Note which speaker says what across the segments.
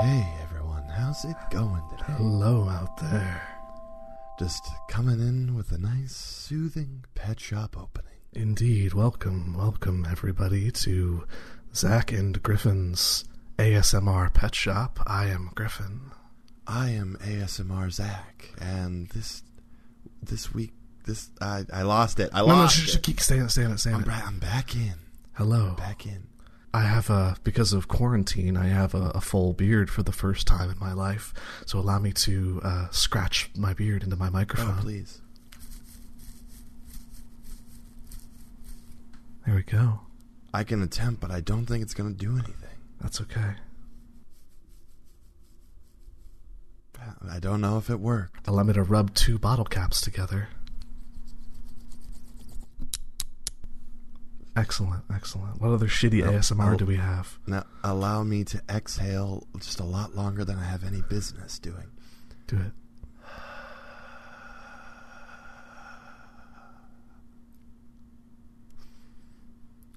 Speaker 1: Hey everyone, how's it going today?
Speaker 2: Hello out there.
Speaker 1: Just coming in with a nice, soothing pet shop opening.
Speaker 2: Indeed, welcome, welcome everybody to Zack and Griffin's ASMR Pet Shop. I am Griffin.
Speaker 1: I am ASMR Zach, and this this week, this I I lost it. I
Speaker 2: No, no,
Speaker 1: lost
Speaker 2: sh- sh-
Speaker 1: it.
Speaker 2: keep staying, staying, staying.
Speaker 1: I'm, bra- I'm back in,
Speaker 2: Hello.
Speaker 1: back in.
Speaker 2: I have a because of quarantine, I have a, a full beard for the first time in my life. So allow me to uh, scratch my beard into my
Speaker 1: Oh,
Speaker 2: microphone.
Speaker 1: please.
Speaker 2: there we go.
Speaker 1: I can attempt, but I don't think it's gonna do anything.
Speaker 2: That's okay.
Speaker 1: I don't know if it worked.
Speaker 2: Allow me to rub two bottle caps together. Excellent, excellent. What other shitty
Speaker 1: Oh,
Speaker 2: ASMR
Speaker 1: oh.
Speaker 2: do we have?
Speaker 1: Now allow me to exhale just a lot longer than I have any business doing.
Speaker 2: Do it.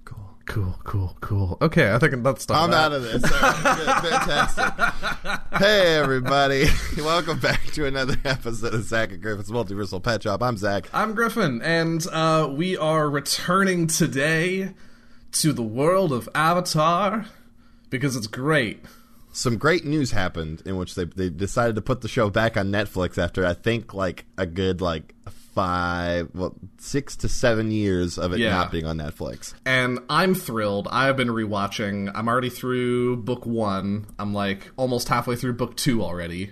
Speaker 1: Cool.
Speaker 2: Cool, cool, cool. Okay, I think that's done.
Speaker 1: I'm out of this. All right. Fantastic. Hey, everybody. Welcome back to another episode of Zach and Griffin's Multiversal Pet Shop. I'm Zach.
Speaker 3: I'm Griffin, and uh, we are returning today to the world of Avatar because it's great.
Speaker 1: Some great news happened in which they, they decided to put the show back on Netflix after, I think, like a good, like, five, well, six to seven years of it
Speaker 3: Yeah.
Speaker 1: not being on Netflix.
Speaker 3: And I'm thrilled. I've been rewatching. I'm already through book one. I'm like almost halfway through book two already.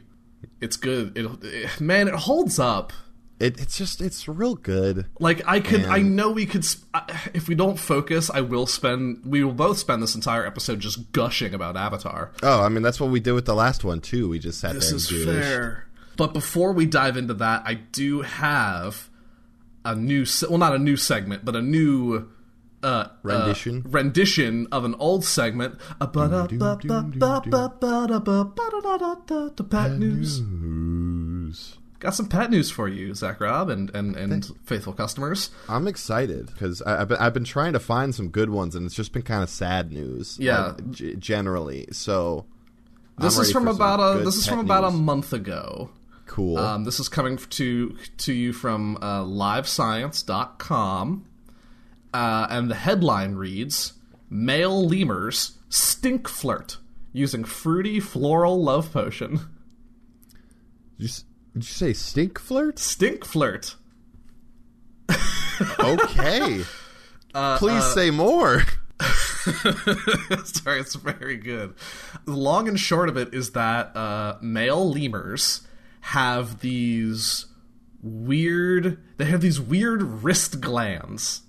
Speaker 3: It's good. It, it man, it holds up.
Speaker 1: It, it's just, it's real good.
Speaker 3: Like I could, I know we could. Sp- I- if we don't focus, I will spend. We will both spend this entire episode just gushing about Avatar.
Speaker 1: Oh, I mean, that's what we did with the last one, too. We just sat
Speaker 3: This
Speaker 1: there and
Speaker 3: is
Speaker 1: gushed.
Speaker 3: fair. But before we dive into that, I do have a new, se- well, not a new segment, but a new uh,
Speaker 1: Rendition?
Speaker 3: uh, rendition of an old segment. A ba-da-ba-ba-ba-ba-da-ba-ba-da-da-da-da-da, Pet news.
Speaker 1: News.
Speaker 3: Got some pet news for you, Zach Rob, and and and faithful customers.
Speaker 1: I'm excited because I've been, I've been trying to find some good ones, and it's just been kind of sad news.
Speaker 3: Yeah.
Speaker 1: like, g- generally. So I'm
Speaker 3: This is
Speaker 1: ready
Speaker 3: from
Speaker 1: for some
Speaker 3: about a
Speaker 1: good
Speaker 3: this is
Speaker 1: pet
Speaker 3: from about a
Speaker 1: news.
Speaker 3: month ago.
Speaker 1: cool.
Speaker 3: Um, this is coming to to you from uh, livescience.com. Uh, and the headline reads Male lemurs stink flirt using fruity floral love potion.
Speaker 1: did, you, s- did you say stink flirt?
Speaker 3: Stink flirt.
Speaker 1: Okay.
Speaker 3: Uh,
Speaker 1: Please say more.
Speaker 3: Sorry, it's very good. The Long and short of it is that uh, male lemurs have these weird. They have these weird wrist glands.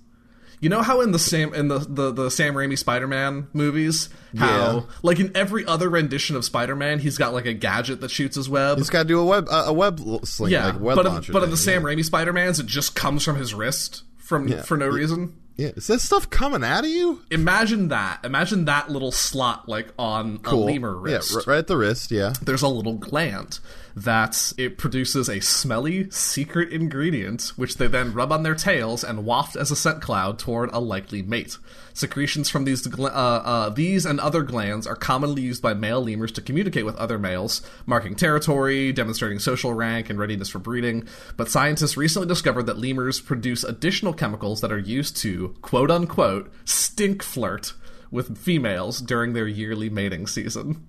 Speaker 3: You know how in the Sam in the the, the Sam Raimi Spider Man movies, how
Speaker 1: Yeah.
Speaker 3: like in every other rendition of Spider Man, he's got like a gadget that shoots his web.
Speaker 1: It's got to do a web uh, a, a web l- sling,
Speaker 3: yeah,
Speaker 1: like web
Speaker 3: but in,
Speaker 1: launcher.
Speaker 3: but in
Speaker 1: thing,
Speaker 3: the Sam Raimi Spider Mans, it just comes from his wrist from for no reason.
Speaker 1: yeah. Yeah. Is this stuff coming out of you?
Speaker 3: Imagine that. Imagine that little slot like on a lemur wrist.
Speaker 1: Yeah, r- right at the wrist. Yeah.
Speaker 3: there's a little gland that it produces a smelly secret ingredient which they then rub on their tails and waft as a scent cloud toward a likely mate secretions from these gl- uh, uh, these and other glands are commonly used by male lemurs to communicate with other males marking territory demonstrating social rank and readiness for breeding but scientists recently discovered that lemurs produce additional chemicals that are used to quote unquote stink flirt with females during their yearly mating season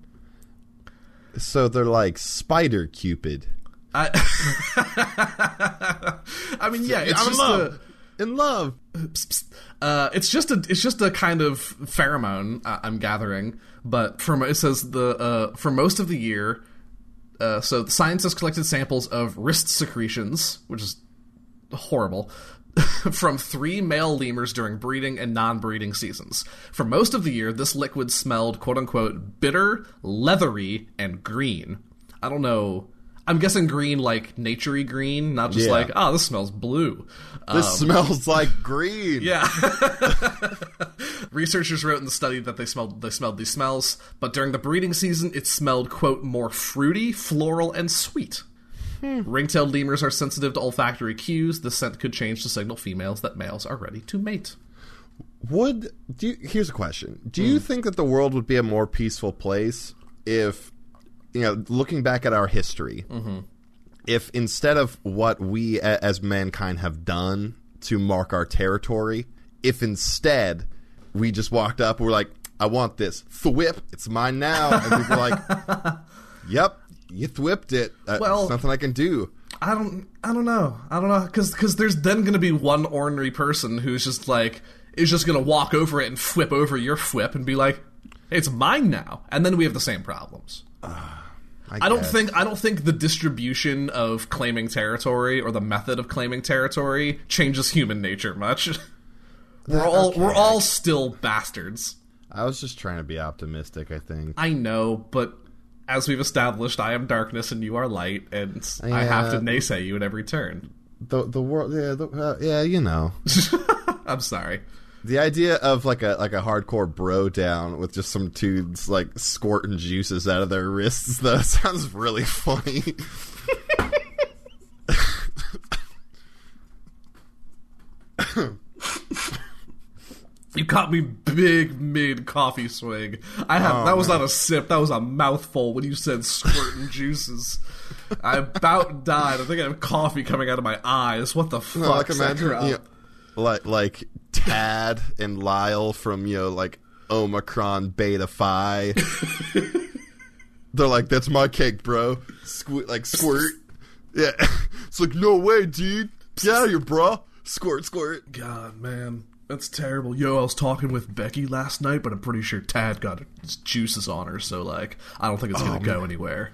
Speaker 1: So they're like spider cupid.
Speaker 3: I, I mean, yeah, it's
Speaker 1: I'm in
Speaker 3: just
Speaker 1: love.
Speaker 3: a,
Speaker 1: In love.
Speaker 3: uh, it's just a, it's just a kind of pheromone uh, I'm gathering. But for mo- it says the uh, for most of the year, uh, so the scientists collected samples of wrist secretions, which is horrible, from three male lemurs during breeding and non breeding seasons. For most of the year, this liquid smelled quote unquote bitter, leathery, and green. I don't know. I'm guessing green, like naturey green, not just
Speaker 1: Yeah.
Speaker 3: like, oh, this smells blue.
Speaker 1: This
Speaker 3: Um,
Speaker 1: smells like green.
Speaker 3: Yeah. Researchers wrote in the study that they smelled they smelled these smells, but during the breeding season it smelled quote more fruity, floral, and sweet. Ring-tailed lemurs are sensitive to olfactory cues. The scent could change to signal females that males are ready to mate.
Speaker 1: Would do you, here's a question: Do you
Speaker 3: Hmm.
Speaker 1: think that the world would be a more peaceful place if, you know, looking back at our history,
Speaker 3: Mm-hmm.
Speaker 1: if instead of what we a- as mankind have done to mark our territory, if instead we just walked up, we're like, "I want this thwip, it's mine now," and people are like, "Yep, you thwipped it. Uh,
Speaker 3: Well-
Speaker 1: it's nothing I can do."
Speaker 3: I don't I don't know. I don't know cuz cuz there's then going to be one ornery person who's just like is just going to walk over it and flip over your flip and be like it's mine now. And then we have the same problems. I don't
Speaker 1: guess.
Speaker 3: think I don't think the distribution of claiming territory or the method of claiming territory changes human nature much. we're all we're all still bastards.
Speaker 1: I was just trying to be optimistic. I think.
Speaker 3: I know, but as we've established, I am darkness and you are light, and I have to
Speaker 1: Yeah.
Speaker 3: naysay you at every turn.
Speaker 1: the the world yeah the, uh, yeah you know
Speaker 3: I'm sorry.
Speaker 1: the idea of like a like a hardcore bro down with just some dudes like squirting juices out of their wrists though sounds really funny
Speaker 3: You caught me big mid coffee swig. I had
Speaker 1: Oh,
Speaker 3: that was not a sip, that was a mouthful when you said squirting juices. I about died. I think I have coffee coming out of my eyes. What the fuck?
Speaker 1: like imagine
Speaker 3: Sakura?
Speaker 1: you know, like like Tad and Lyle from you know like Omicron Beta Phi they're like that's my cake bro squirt like squirt yeah it's like no way dude get out of here bro squirt squirt
Speaker 3: God, man, that's terrible. Yo, I was talking with Becky last night, but I'm pretty sure Tad got his juices on her, so like, I don't think it's
Speaker 1: Oh,
Speaker 3: gonna go anywhere.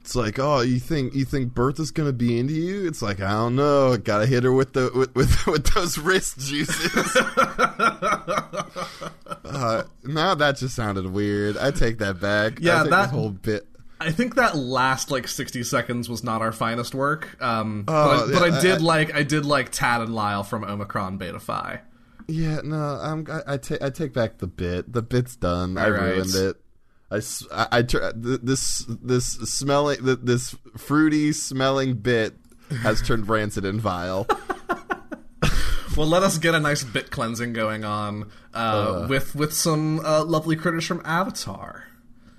Speaker 1: It's like, oh, you think you think Bertha's gonna be into you? It's like, I don't know. Gotta hit her with the with with, with those wrist juices. uh, now that just sounded weird. I take that back. I
Speaker 3: Yeah,
Speaker 1: take
Speaker 3: that-
Speaker 1: this whole bit.
Speaker 3: I think that last like 60 seconds was not our finest work. Um,
Speaker 1: Oh,
Speaker 3: but, I, but
Speaker 1: yeah,
Speaker 3: I
Speaker 1: I-
Speaker 3: did
Speaker 1: I-
Speaker 3: like I did like Tad and Lyle from Omicron Beta Phi.
Speaker 1: Yeah, no, I'm, I, I take I take back the bit. The bit's done. I
Speaker 3: All right.
Speaker 1: ruined it. I, s- I, I tur- th- this this smelling th- this fruity smelling bit has turned rancid and vile.
Speaker 3: Well, let us get a nice bit cleansing going on uh, with with some uh, lovely critters from Avatar.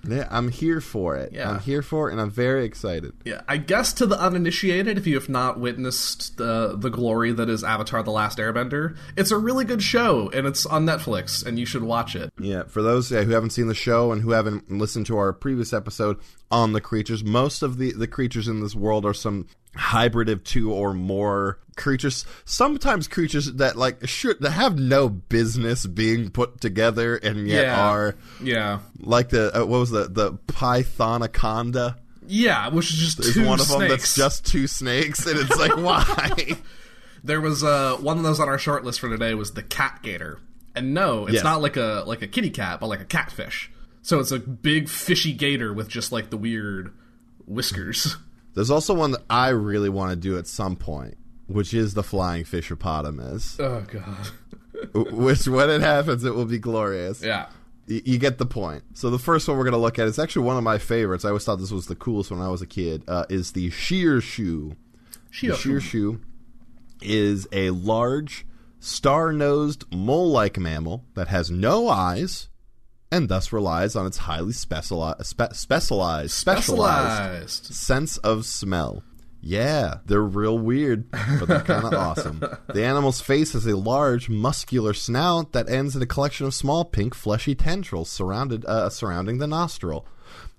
Speaker 1: yeah, I'm here for it.
Speaker 3: Yeah.
Speaker 1: I'm here for it, and I'm very excited.
Speaker 3: Yeah, I guess to the uninitiated, if you have not witnessed the the glory that is Avatar: The Last Airbender, it's a really good show, and it's on Netflix, and you should watch it.
Speaker 1: Yeah, for those uh, who haven't seen the show and who haven't listened to our previous episode on the creatures, most of the, the creatures in this world are some hybrid of two or more creatures. Sometimes creatures that like should that have no business being put together and yet
Speaker 3: Yeah.
Speaker 1: are
Speaker 3: Yeah,
Speaker 1: like the uh, what was the the pythonaconda
Speaker 3: yeah, which is just
Speaker 1: is
Speaker 3: two
Speaker 1: one of
Speaker 3: snakes.
Speaker 1: them that's just two snakes and it's like why
Speaker 3: There was uh, one of those on our short list for today was the cat gator, and no, it's
Speaker 1: Yes.
Speaker 3: not like a like a kitty cat, but like a catfish. So it's a big fishy gator with just like the weird whiskers.
Speaker 1: There's also one that I really want to do at some point, which is the flying fishopotamus.
Speaker 3: Oh god.
Speaker 1: which when it happens, it will be glorious.
Speaker 3: Yeah.
Speaker 1: Y- you get the point. So the first one we're going to look at is actually one of my favorites. I always thought this was the coolest when I was a kid. Uh, is the sheer shoe.
Speaker 3: She
Speaker 1: The sheer shoe is a large, star-nosed, mole-like mammal that has no eyes, and thus relies on its highly speciali- spe- specialized specialized
Speaker 3: specialized.
Speaker 1: sense of smell. Yeah, they're real weird, but they're kind of awesome. The animal's face has a large, muscular snout that ends in a collection of small, pink, fleshy tendrils surrounded uh, surrounding the nostril,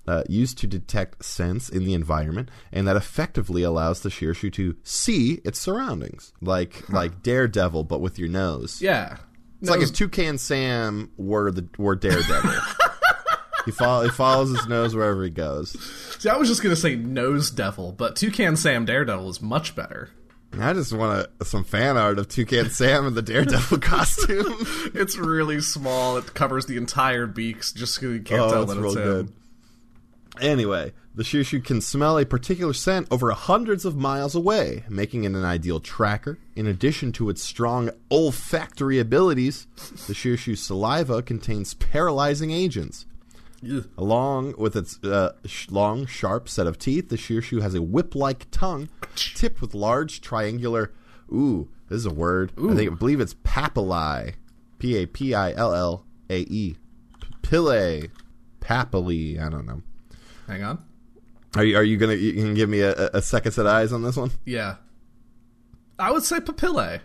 Speaker 1: uh, used to detect scents in the environment, and that effectively allows the shearshoe to see its surroundings, like like Daredevil, but with your nose.
Speaker 3: Yeah.
Speaker 1: It's like if Toucan Sam were the were Daredevil. he, follow, he follows his nose wherever he goes.
Speaker 3: See, I was just gonna say nose devil, but Toucan Sam Daredevil is much better.
Speaker 1: And I just want a, some fan art of Toucan Sam in the Daredevil costume.
Speaker 3: It's really small. It covers the entire beaks, just so you can't
Speaker 1: oh,
Speaker 3: tell
Speaker 1: it's
Speaker 3: that
Speaker 1: real
Speaker 3: it's him.
Speaker 1: good. Anyway, the shushu can smell a particular scent over hundreds of miles away, making it an ideal tracker. In addition to its strong olfactory abilities, the shushu's saliva contains paralyzing agents.
Speaker 3: Ugh.
Speaker 1: Along with its uh, sh- long, sharp set of teeth, the Shirshu has a whip-like tongue tipped with large, triangular. Ooh, this is a word. I think I believe it's papillae, p a p i l l a e, pillae, papillae. I don't know.
Speaker 3: Hang on.
Speaker 1: Are you are you gonna you can give me a, a- a second set of eyes on this one?
Speaker 3: Yeah. I would say papillae.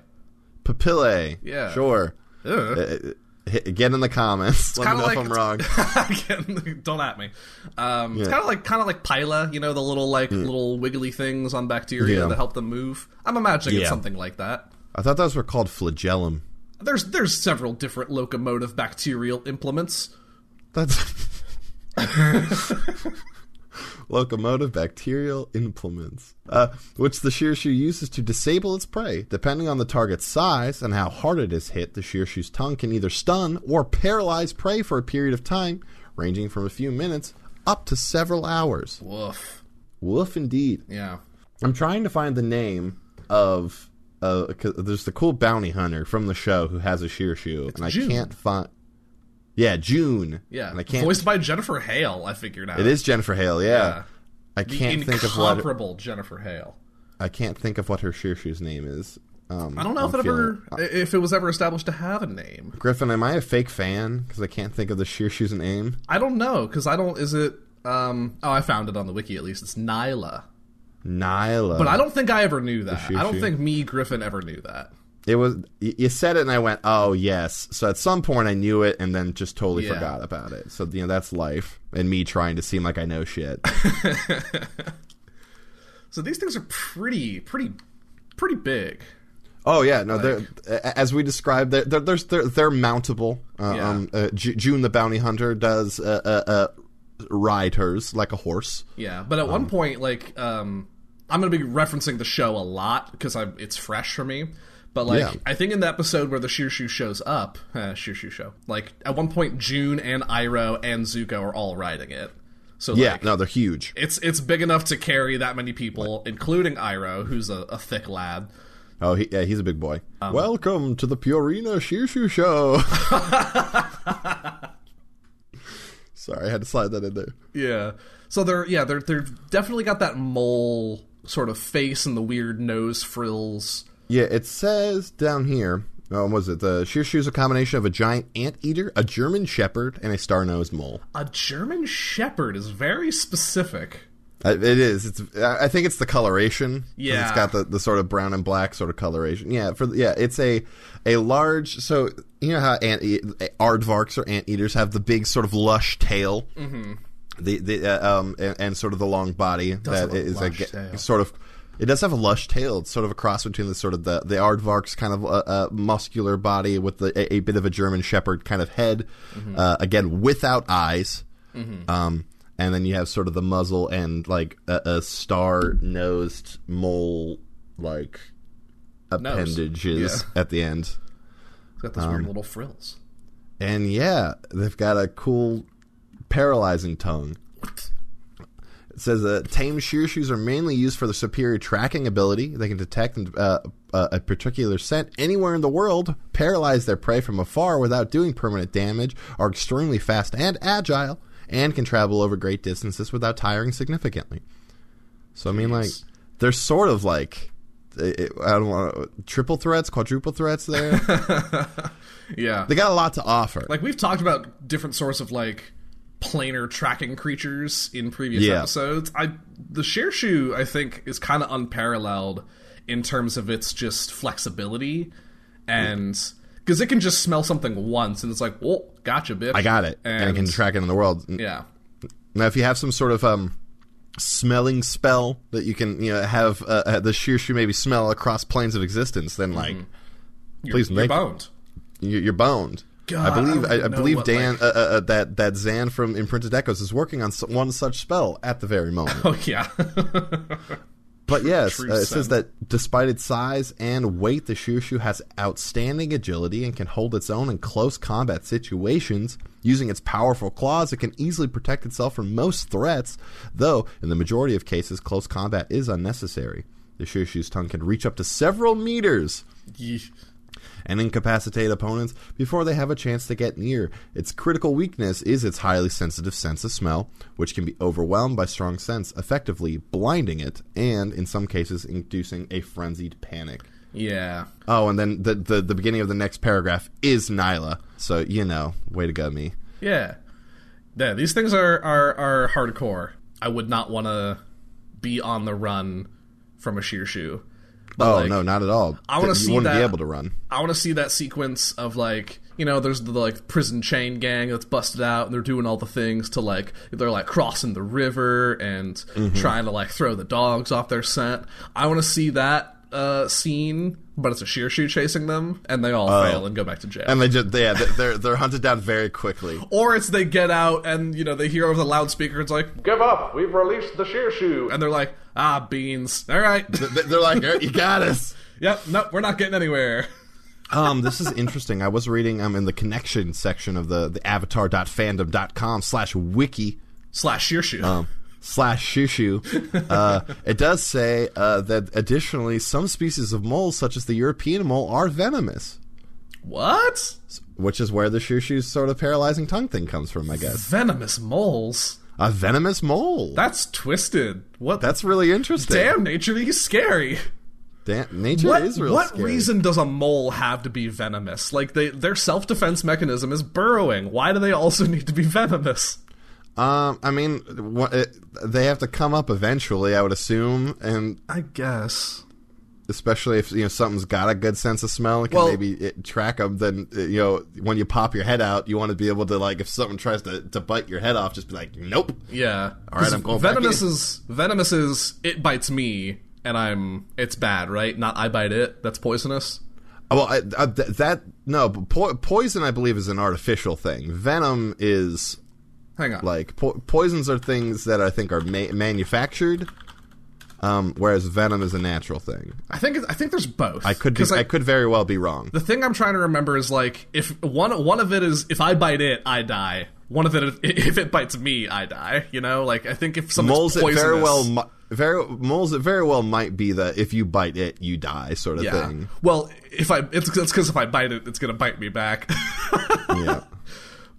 Speaker 1: Papillae.
Speaker 3: Yeah.
Speaker 1: Sure.
Speaker 3: Ugh.
Speaker 1: Uh, uh, hit- Get in the comments. Let me know
Speaker 3: kinda
Speaker 1: if
Speaker 3: like-
Speaker 1: I'm wrong.
Speaker 3: Again, don't at me. Um, It's kind of like kind of like pila, you know, the little like little wiggly things on bacteria
Speaker 1: Yeah.
Speaker 3: that help them move. I'm imagining
Speaker 1: Yeah.
Speaker 3: it's something like that.
Speaker 1: I thought those were called flagellum.
Speaker 3: There's there's several different locomotive bacterial implements.
Speaker 1: That's locomotive bacterial implements, uh, which the shearshoe uses to disable its prey. Depending on the target's size and how hard it is hit, the shearshoe's tongue can either stun or paralyze prey for a period of time, ranging from a few minutes up to several hours.
Speaker 3: Woof.
Speaker 1: Woof, indeed.
Speaker 3: Yeah.
Speaker 1: I'm trying to find the name of. Uh, 'cause there's the cool bounty hunter from the show who has a shearshoe, and I
Speaker 3: June.
Speaker 1: can't find. Yeah, June.
Speaker 3: Yeah.
Speaker 1: and I can't
Speaker 3: Voiced by Jennifer Hale, I figured out.
Speaker 1: it is Jennifer Hale, yeah.
Speaker 3: Yeah.
Speaker 1: I
Speaker 3: The
Speaker 1: can't think of what
Speaker 3: incomparable Jennifer Hale.
Speaker 1: I can't think of what her shearshoe's name is. Um,
Speaker 3: I don't know if
Speaker 1: I'm
Speaker 3: it ever
Speaker 1: feeling-
Speaker 3: if it was ever established to have a name.
Speaker 1: Griffin, am I a fake fan? Because I can't think of the shearshoe's name.
Speaker 3: I don't know because I don't. Is it? Um, oh, I found it on the wiki. At least it's Nyla.
Speaker 1: Nyla.
Speaker 3: But I don't think I ever knew that.
Speaker 1: Shushu.
Speaker 3: I don't think me Griffin ever knew that.
Speaker 1: It was y- you said it, and I went, "Oh yes." So at some point, I knew it, and then just totally
Speaker 3: Yeah.
Speaker 1: forgot about it. So you know, that's life, and me trying to seem like I know shit.
Speaker 3: So these things are pretty, pretty, pretty big.
Speaker 1: Oh yeah, no. they're a- as we described, they're they're they're, they're, they're mountable. Uh,
Speaker 3: Yeah.
Speaker 1: um, uh, Ju- June the bounty hunter does uh, uh, uh, ride hers like a horse.
Speaker 3: Yeah, but at one point, like, um, I'm gonna be referencing the show a lot because I it's fresh for me. But like,
Speaker 1: Yeah.
Speaker 3: I think in the episode where the Shirshu shows up, uh, Shirshu show, like at one point, June and Iroh and Zuko are all riding it. So
Speaker 1: Yeah,
Speaker 3: like,
Speaker 1: no, they're huge.
Speaker 3: it's it's big enough to carry that many people, including Iroh, who's a, a thick lad.
Speaker 1: Oh, he, yeah, he's a big boy.
Speaker 3: Um,
Speaker 1: Welcome to the Purina Shirshu Show. Sorry, I had to slide that in there.
Speaker 3: Yeah. So they're yeah they're they're definitely got that mole sort of face and the weird nose frills.
Speaker 1: Yeah, it says down here. Oh, what was it? The Shirshu is a combination of a giant anteater, a German shepherd, and a star-nosed mole.
Speaker 3: A German Shepherd is very specific.
Speaker 1: Uh, It is. It's. uh, I I think it's the coloration. 'cause
Speaker 3: Yeah.
Speaker 1: It's got the, the sort of brown and black sort of coloration. Yeah. For yeah, it's a a large. So you know how ant e- aardvarks or anteaters have the big sort of lush tail. Mm-hmm. The the uh, um and, and sort of the long body
Speaker 3: have
Speaker 1: that
Speaker 3: a
Speaker 1: is
Speaker 3: lush
Speaker 1: ge-
Speaker 3: tail.
Speaker 1: sort of. It does have a lush tail. It's sort of a cross between the sort of the the aardvark's kind of uh, uh, muscular body with the, a, a bit of a German shepherd kind of head.
Speaker 3: Mm-hmm.
Speaker 1: Uh, again, without eyes. Um, and then you have sort of the muzzle and like a, a star-nosed mole like appendages at the end.
Speaker 3: It's got those weird
Speaker 1: Um,
Speaker 3: little frills.
Speaker 1: And yeah, they've got a cool paralyzing tongue. It says uh, tame shearshoes are mainly used for their superior tracking ability. They can detect uh, uh, a particular scent anywhere in the world, paralyze their prey from afar without doing permanent damage, are extremely fast and agile, and can travel over great distances without tiring significantly. So I mean, like they're sort of like it, it- I don't want triple threats, quadruple threats. There,
Speaker 3: Yeah.
Speaker 1: they got a lot to offer.
Speaker 3: like we've talked about different sorts of like planar tracking creatures in previous
Speaker 1: Yeah.
Speaker 3: episodes. I the Shershu I think is kind of unparalleled in terms of its just flexibility and
Speaker 1: Mm.
Speaker 3: because it can just smell something once and it's like, oh, gotcha, bitch.
Speaker 1: I got it, and, I can track it in the world.
Speaker 3: yeah,
Speaker 1: Now, if you have some sort of um, smelling spell that you can, you know, have uh, uh, the Shirshu maybe smell across planes of existence, then like
Speaker 3: You're-
Speaker 1: Please
Speaker 3: you're
Speaker 1: make-
Speaker 3: boned.
Speaker 1: you're, you're boned.
Speaker 3: God,
Speaker 1: I believe
Speaker 3: I don't
Speaker 1: I, I,
Speaker 3: even know
Speaker 1: believe
Speaker 3: what,
Speaker 1: Dan uh, uh, uh, that that Zan from Imprinted Echoes is working on s- one such spell at the very moment.
Speaker 3: Oh yeah,
Speaker 1: But yes,
Speaker 3: true
Speaker 1: uh, it says
Speaker 3: scent.
Speaker 1: that despite its size and weight, the Shushu has outstanding agility and can hold its own in close combat situations. Using its powerful claws, it can easily protect itself from most threats, though, in the majority of cases, close combat is unnecessary. The Shushu's tongue can reach up to several meters
Speaker 3: Yeesh.
Speaker 1: and incapacitate opponents before they have a chance to get near. Its critical weakness is its highly sensitive sense of smell, which can be overwhelmed by strong scents, effectively blinding it and, in some cases, inducing a frenzied panic.
Speaker 3: Yeah.
Speaker 1: Oh, and then the, the, the beginning of the next paragraph is Nyla. So, you know, way to go, me.
Speaker 3: Yeah. Yeah, these things are, are, are hardcore. I would not want to be on the run from a sheer shoe.
Speaker 1: Oh,
Speaker 3: like,
Speaker 1: no, not at all.
Speaker 3: I wanna
Speaker 1: You
Speaker 3: see
Speaker 1: wouldn't be
Speaker 3: that-
Speaker 1: able to run.
Speaker 3: I want to see that sequence of like you know there's the like prison chain gang that's busted out and they're doing all the things to like they're like crossing the river and
Speaker 1: Mm-hmm.
Speaker 3: trying to like throw the dogs off their scent. I want to see that uh, scene, but it's a sheer shoe chasing them and they
Speaker 1: Oh.
Speaker 3: all fail and go back to jail.
Speaker 1: And they just, yeah, they- they're, they're hunted down very quickly.
Speaker 3: or it's they get out and you know they hear over the loudspeaker it's like give up we've released the sheer shoe and they're like ah beans all right
Speaker 1: They- They're like, "Eh, you got us.
Speaker 3: yep no we're not getting anywhere
Speaker 1: um, this is interesting. I was reading um in the connection section of the the avatar.fandom.com slash wiki
Speaker 3: slash sheer shoe
Speaker 1: um, slash shushu. Uh, it does say uh, that additionally, some species of moles, such as the European mole, are venomous,
Speaker 3: what
Speaker 1: which is where the shushu's sort of paralyzing tongue thing comes from, I guess.
Speaker 3: venomous moles
Speaker 1: A venomous mole.
Speaker 3: that's twisted what
Speaker 1: That's really interesting.
Speaker 3: damn nature he's scary
Speaker 1: Damn, nature
Speaker 3: what,
Speaker 1: is really
Speaker 3: what
Speaker 1: scary.
Speaker 3: reason does a mole have to be venomous like they, their self-defense mechanism is burrowing why do they also need to be venomous
Speaker 1: Um, I mean, what, it, they have to come up eventually, I would assume, and
Speaker 3: i guess
Speaker 1: especially if you know something's got a good sense of smell and can
Speaker 3: Well-
Speaker 1: maybe it, track them. Then uh, you know when you pop your head out, you want to be able to like if someone tries to, to bite your head off, just be like, nope.
Speaker 3: Yeah. All
Speaker 1: right, I'm going back
Speaker 3: venomous
Speaker 1: in.
Speaker 3: is venomous is it bites me and I'm it's bad, right? Not I bite it. That's poisonous.
Speaker 1: Uh, Well, I, I, th- that no but po- poison, I believe, is an artificial thing. Venom is
Speaker 3: Hang on.
Speaker 1: like po- poisons are things that I think are ma- manufactured. Um, whereas venom is a natural thing.
Speaker 3: I think it's- I think there's both.
Speaker 1: I could be, I could very well be wrong.
Speaker 3: the thing I'm trying to remember is like if one one of it is if I bite it, I die. One of it if, if it bites me, I die. You know, like I think if something's
Speaker 1: moles it
Speaker 3: poisonous,
Speaker 1: very well mi- very moles it very well might be the if you bite it you die sort of
Speaker 3: yeah.
Speaker 1: thing.
Speaker 3: Well, if I it's it's because if I bite it, it's gonna bite me back.
Speaker 1: Yeah.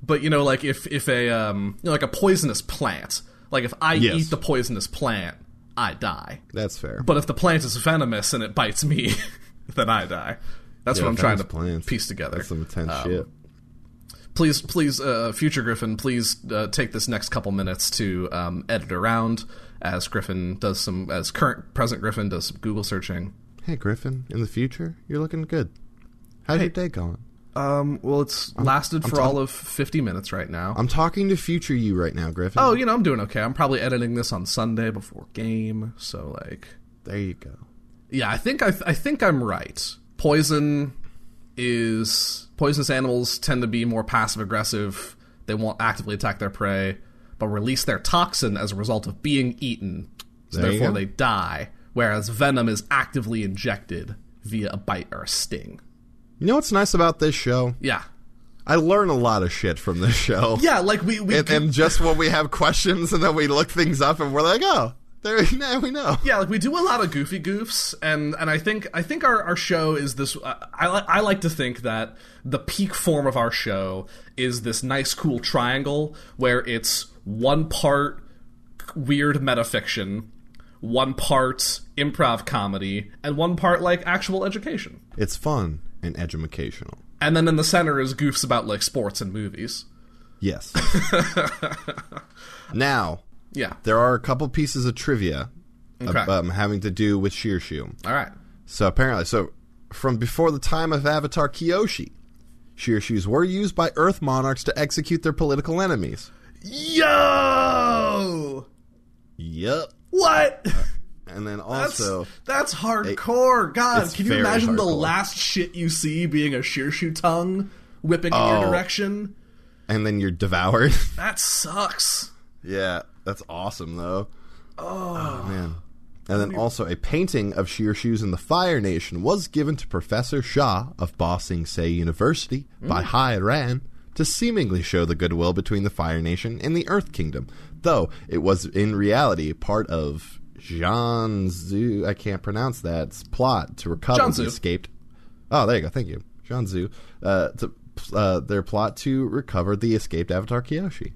Speaker 3: but you know like if if a um you know, like a poisonous plant, like if I
Speaker 1: Yes.
Speaker 3: eat the poisonous plant, I die.
Speaker 1: That's fair.
Speaker 3: But if the plant is venomous and it bites me, then I die. That's what I'm trying to
Speaker 1: plans.
Speaker 3: piece together.
Speaker 1: That's some intense shit.
Speaker 3: Please, please, uh, future Griffin, please uh, take this next couple minutes to um, edit around as Griffin does some, as current present Griffin does some Google searching.
Speaker 1: Hey Griffin, in the future, you're looking good. How's your day going?
Speaker 3: Um, well, it's lasted for all of 50 minutes right now.
Speaker 1: I'm talking to future you right now, Griffin.
Speaker 3: oh, you know, I'm doing okay. I'm probably editing this on Sunday before game, so like,
Speaker 1: there you go.
Speaker 3: Yeah, I think I, I think I'm right. Poison is poisonous animals tend to be more passive aggressive. They won't actively attack their prey, but release their toxin as a result of being eaten. So
Speaker 1: There you
Speaker 3: therefore,
Speaker 1: go.
Speaker 3: they die. Whereas venom is actively injected via a bite or a sting.
Speaker 1: You know what's nice about this show?
Speaker 3: Yeah,
Speaker 1: I learn a lot of shit from this show.
Speaker 3: yeah. Like we we
Speaker 1: And, and just when we have questions and then we look things up and we're like, oh, there now we know.
Speaker 3: yeah, like we do a lot of goofy goofs, and and I think I think our, our show is this. I I li- I like to think that the peak form of our show is this nice, cool triangle where it's one part weird metafiction, one part improv comedy, and one part like actual education,
Speaker 1: It's fun and educational.
Speaker 3: and then in the center is goofs about like sports and movies.
Speaker 1: Yes. now,
Speaker 3: Yeah.
Speaker 1: there are a couple pieces of trivia
Speaker 3: Okay.
Speaker 1: ab- um, having to do with Shirshu.
Speaker 3: All right.
Speaker 1: So apparently, so from before the time of Avatar Kyoshi, Shirshu's were used by Earth monarchs to execute their political enemies.
Speaker 3: Yo.
Speaker 1: Yep.
Speaker 3: What?
Speaker 1: And then also,
Speaker 3: that's hardcore. God,
Speaker 1: it's
Speaker 3: can you
Speaker 1: very
Speaker 3: imagine the
Speaker 1: hardcore.
Speaker 3: last shit you see being a shearshoe tongue whipping in
Speaker 1: Oh.
Speaker 3: your direction?
Speaker 1: and then you're devoured.
Speaker 3: That sucks.
Speaker 1: yeah, that's awesome though. Oh, man. And then also a painting of Sheer Shoes in the Fire Nation was given to Professor Shah of Ba Sing Se University by Hai Ran to seemingly show the goodwill between the Fire Nation and the Earth Kingdom, though it was in reality part of Zhan Zhu, I can't pronounce that, plot to recover
Speaker 3: Zhan
Speaker 1: the
Speaker 3: Zhu.
Speaker 1: escaped. Oh, there you go. Thank you. Zhan Zhu. Uh, to, uh, their plot to recover the escaped Avatar Kyoshi.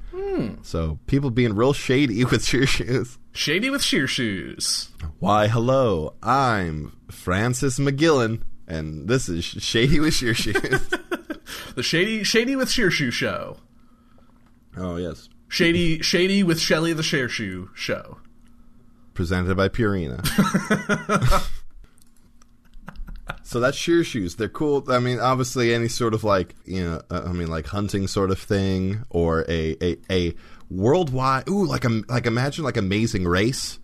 Speaker 1: So people being real shady with Sheer Shoes.
Speaker 3: Shady with sheer shoes.
Speaker 1: Why, hello, I'm Francis McGillen, and this is Sh- Shady with Sheer Shoes.
Speaker 3: The shady shady with sheer shoe show.
Speaker 1: oh, yes.
Speaker 3: Shady shady with Shelly the sheer shoe show.
Speaker 1: Presented by Purina. so that's Sheer Shoes. They're cool. I mean, obviously, any sort of like, you know, uh, I mean, like hunting sort of thing, or a, a, a worldwide, ooh, like, a, like imagine like Amazing Race,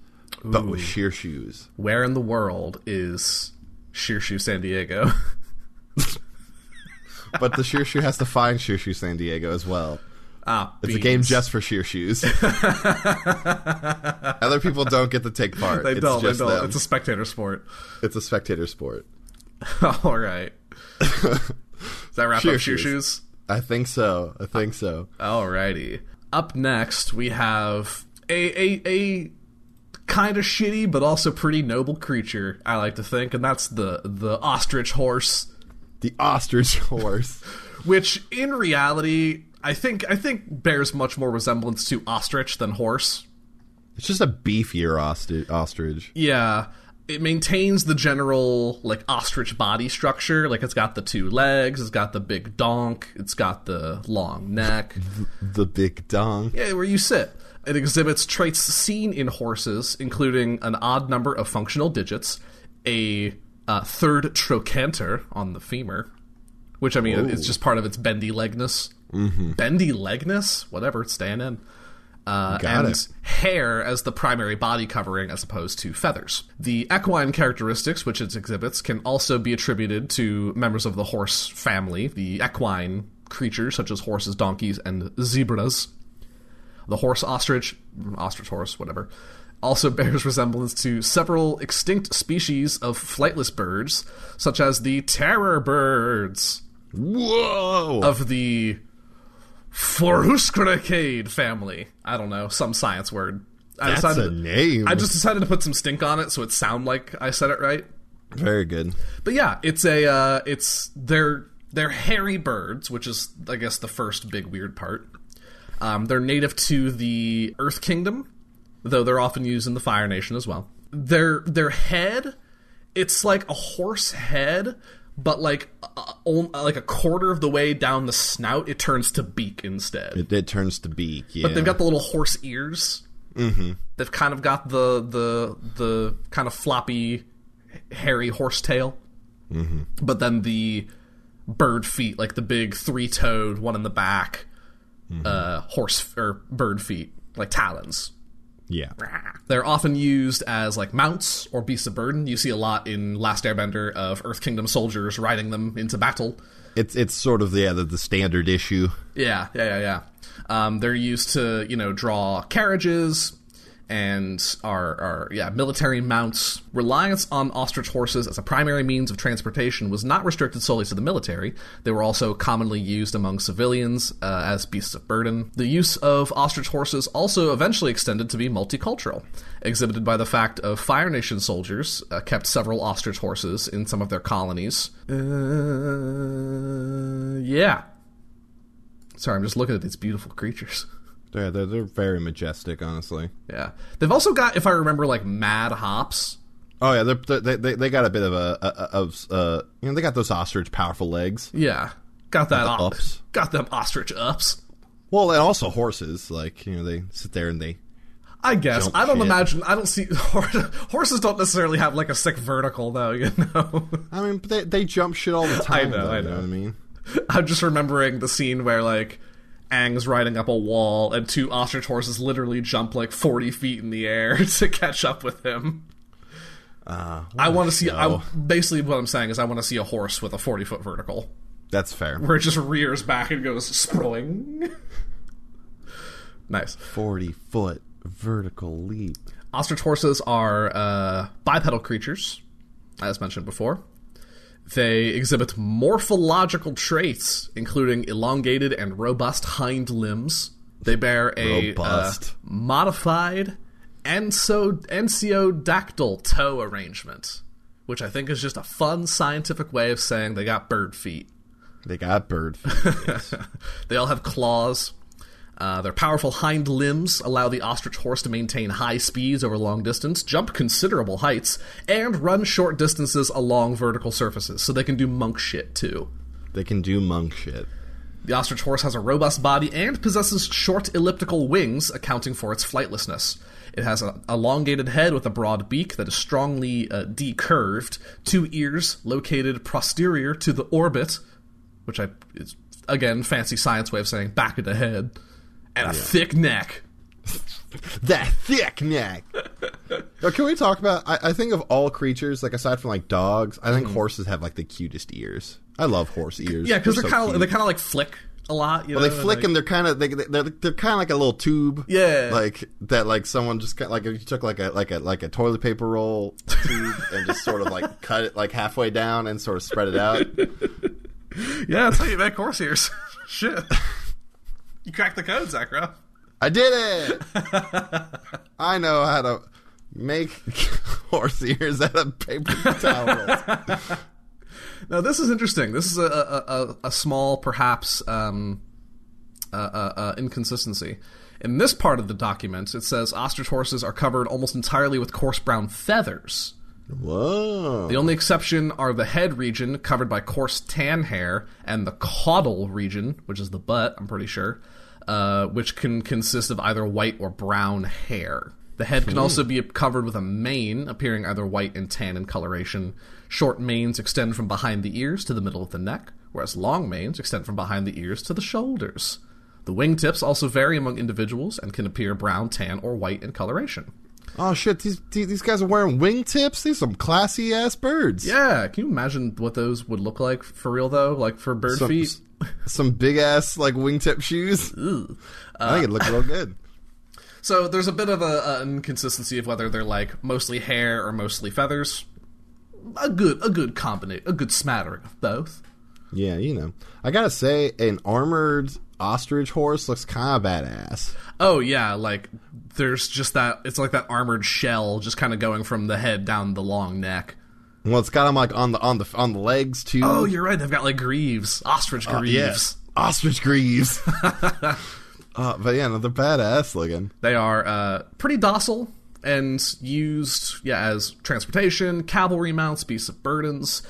Speaker 1: but with Sheer Shoes.
Speaker 3: Where in the world is sheer shoe San Diego?
Speaker 1: But the Sheer Shoe has to find Sheer Shoe San Diego as well.
Speaker 3: ah,
Speaker 1: It's a game just for sheer shoes. Other people don't get to take part.
Speaker 3: They
Speaker 1: it's
Speaker 3: don't. They
Speaker 1: just
Speaker 3: don't.
Speaker 1: them.
Speaker 3: It's a spectator sport.
Speaker 1: It's a spectator sport.
Speaker 3: All right. Does that wrap
Speaker 1: Sheer
Speaker 3: up sheer
Speaker 1: shoes.
Speaker 3: shoes?
Speaker 1: I think so. I think so.
Speaker 3: Alrighty. Up next, we have a a a kind of shitty but also pretty noble creature. I like to think, and that's the the ostrich horse,
Speaker 1: The ostrich horse.
Speaker 3: which in reality, I think I think bears much more resemblance to ostrich than horse.
Speaker 1: It's just a beefier ostri- ostrich.
Speaker 3: Yeah. It maintains the general like ostrich body structure. Like it's got the two legs, it's got the big donk, it's got the long neck.
Speaker 1: The big dong.
Speaker 3: Yeah, where you sit. It exhibits traits seen in horses, including an odd number of functional digits, a uh, third trochanter on the femur, which I mean, it's just part of its bendy legness. Mm-hmm. Bendy legness, whatever, it's staying in. Uh,
Speaker 1: Got
Speaker 3: and
Speaker 1: it.
Speaker 3: hair as the primary body covering as opposed to feathers. The equine characteristics which it exhibits can also be attributed to members of the horse family, the equine creatures such as horses, donkeys, and zebras. The horse ostrich, ostrich horse, whatever, also bears resemblance to several extinct species of flightless birds, such as the terror birds
Speaker 1: Whoa!
Speaker 3: of the Forhuskracade family. I don't know, some science word. I
Speaker 1: That's a name.
Speaker 3: I just decided to put some stink on it so it sound like I said it right.
Speaker 1: Very good.
Speaker 3: But yeah, it's a uh, it's they're they're hairy birds, which is I guess the first big weird part. Um, they're native to the Earth Kingdom, though they're often used in the Fire Nation as well. Their their head, it's like a horse head, but like a, on- like a quarter of the way down the snout, it turns to beak instead.
Speaker 1: It, it turns to beak. Yeah.
Speaker 3: They've got the little horse ears. Mm-hmm. They've kind of got the the the kind of floppy, hairy horse tail. Mm-hmm. But then the bird feet, like the big three toed one in the back, uh, horse or bird feet, like talons.
Speaker 1: yeah.
Speaker 3: They're often used as like mounts or beasts of burden. You see a lot in Last Airbender of Earth Kingdom soldiers riding them into battle.
Speaker 1: It's it's sort of yeah the, the standard issue.
Speaker 3: Yeah, yeah, yeah, yeah. Um, they're used to you know draw carriages and are are yeah military mounts. Reliance on ostrich horses as a primary means of transportation was not restricted solely to the military. They were also commonly used among civilians uh, as beasts of burden. The use of ostrich horses also eventually extended to be multicultural, exhibited by the fact of Fire Nation soldiers uh, kept several ostrich horses in some of their colonies. Uh, yeah. Sorry, I'm just looking at these beautiful creatures.
Speaker 1: Yeah, they're, they're very majestic, honestly.
Speaker 3: Yeah. They've also got, if I remember, like mad hops.
Speaker 1: Oh yeah, they're, they they they got a bit of a, a of uh you know they got those ostrich powerful legs.
Speaker 3: Yeah. Got that
Speaker 1: the
Speaker 3: op-
Speaker 1: ups.
Speaker 3: Got them ostrich ups.
Speaker 1: Well, and also horses. Like you know, they sit there and they.
Speaker 3: I guess.
Speaker 1: Jump
Speaker 3: I don't
Speaker 1: shit.
Speaker 3: imagine. I don't see. horses don't necessarily have like a sick vertical, though, you know?
Speaker 1: I mean, but they they jump shit all the time.
Speaker 3: know,
Speaker 1: though,
Speaker 3: I
Speaker 1: You know
Speaker 3: know.
Speaker 1: what I mean,
Speaker 3: I'm just remembering the scene where, like, Aang's riding up a wall and two ostrich horses literally jump like 40 feet in the air to catch up with him. I want to see. I,
Speaker 1: Uh, show.
Speaker 3: basically, what I'm saying is, I want to see a horse with a 40 foot vertical.
Speaker 1: that's fair.
Speaker 3: where it just rears back and goes sprawling. nice.
Speaker 1: Forty foot vertical leap.
Speaker 3: Ostrich horses are uh, bipedal creatures, as mentioned before. They exhibit morphological traits, including elongated and robust hind limbs. They bear a uh,
Speaker 1: Robust.
Speaker 3: modified enso- ensiodactyl toe arrangement, which I think is just a fun scientific way of saying they got bird feet.
Speaker 1: They got bird feet.
Speaker 3: They all have claws. Uh, their powerful hind limbs allow the ostrich horse to maintain high speeds over long distance, jump considerable heights, and run short distances along vertical surfaces, so they can do monk shit too.
Speaker 1: they can do monk shit.
Speaker 3: The ostrich horse has a robust body and possesses short elliptical wings, accounting for its flightlessness. It has an elongated head with a broad beak that is strongly uh, decurved, two ears located posterior to the orbit, which I is again fancy science way of saying back of the head, and a thick neck.
Speaker 1: That thick neck. Now, can we talk about? I, I think of all creatures, like aside from like dogs, I think horses have like the cutest ears. I love horse ears.
Speaker 3: Hmm. Yeah, because they're,
Speaker 1: so
Speaker 3: kind of
Speaker 1: cute.
Speaker 3: they kind of like flick a lot. You
Speaker 1: Well,
Speaker 3: know,
Speaker 1: they
Speaker 3: and,
Speaker 1: flick
Speaker 3: like-
Speaker 1: and they're kind of they, they're they're kind of like a little tube.
Speaker 3: Yeah.
Speaker 1: like that. Like someone just got, like if you took like a like a like a toilet paper roll tube and just sort of like cut it like halfway down and sort of spread it out.
Speaker 3: Yeah, that's how you make horse ears. Shit, you cracked the code, Zachary.
Speaker 1: I did it. I know how to make horse ears out of paper towel rolls.
Speaker 3: Now this is interesting. This is a a, a, a small, perhaps, um, uh, uh, uh, inconsistency. In this part of the document, it says ostrich horses are covered almost entirely with coarse brown feathers.
Speaker 1: Whoa!
Speaker 3: The only exception are the head region, covered by coarse tan hair, and the caudal region, which is the butt, I'm pretty sure, uh, which can consist of either white or brown hair. The head can also be covered with a mane, appearing either white and tan in coloration. Short manes extend from behind the ears to the middle of the neck, whereas long manes extend from behind the ears to the shoulders. The wingtips also vary among individuals and can appear brown, tan, or white in coloration.
Speaker 1: Oh shit! These these these guys are wearing wingtips. These are some classy ass birds.
Speaker 3: Yeah, can you imagine what those would look like for real though? Like for bird
Speaker 1: Some,
Speaker 3: feet?
Speaker 1: some big ass like wingtip shoes. I think it looked real good.
Speaker 3: So there's a bit of a, a inconsistency of whether they're like mostly hair or mostly feathers. A good, a good combination, a good smattering of both.
Speaker 1: Yeah, you know. I gotta say, an armored ostrich horse looks kind of badass.
Speaker 3: Oh yeah, like there's just that. It's like that armored shell, just kind of going from the head down the long neck.
Speaker 1: Well, it's got him like on the on the on the legs too.
Speaker 3: Oh, you're right. They've got like greaves, ostrich greaves.
Speaker 1: yes, ostrich greaves. uh, but yeah, no, they're badass looking.
Speaker 3: They are uh, pretty docile and used yeah, as transportation, cavalry mounts, beasts of burdens,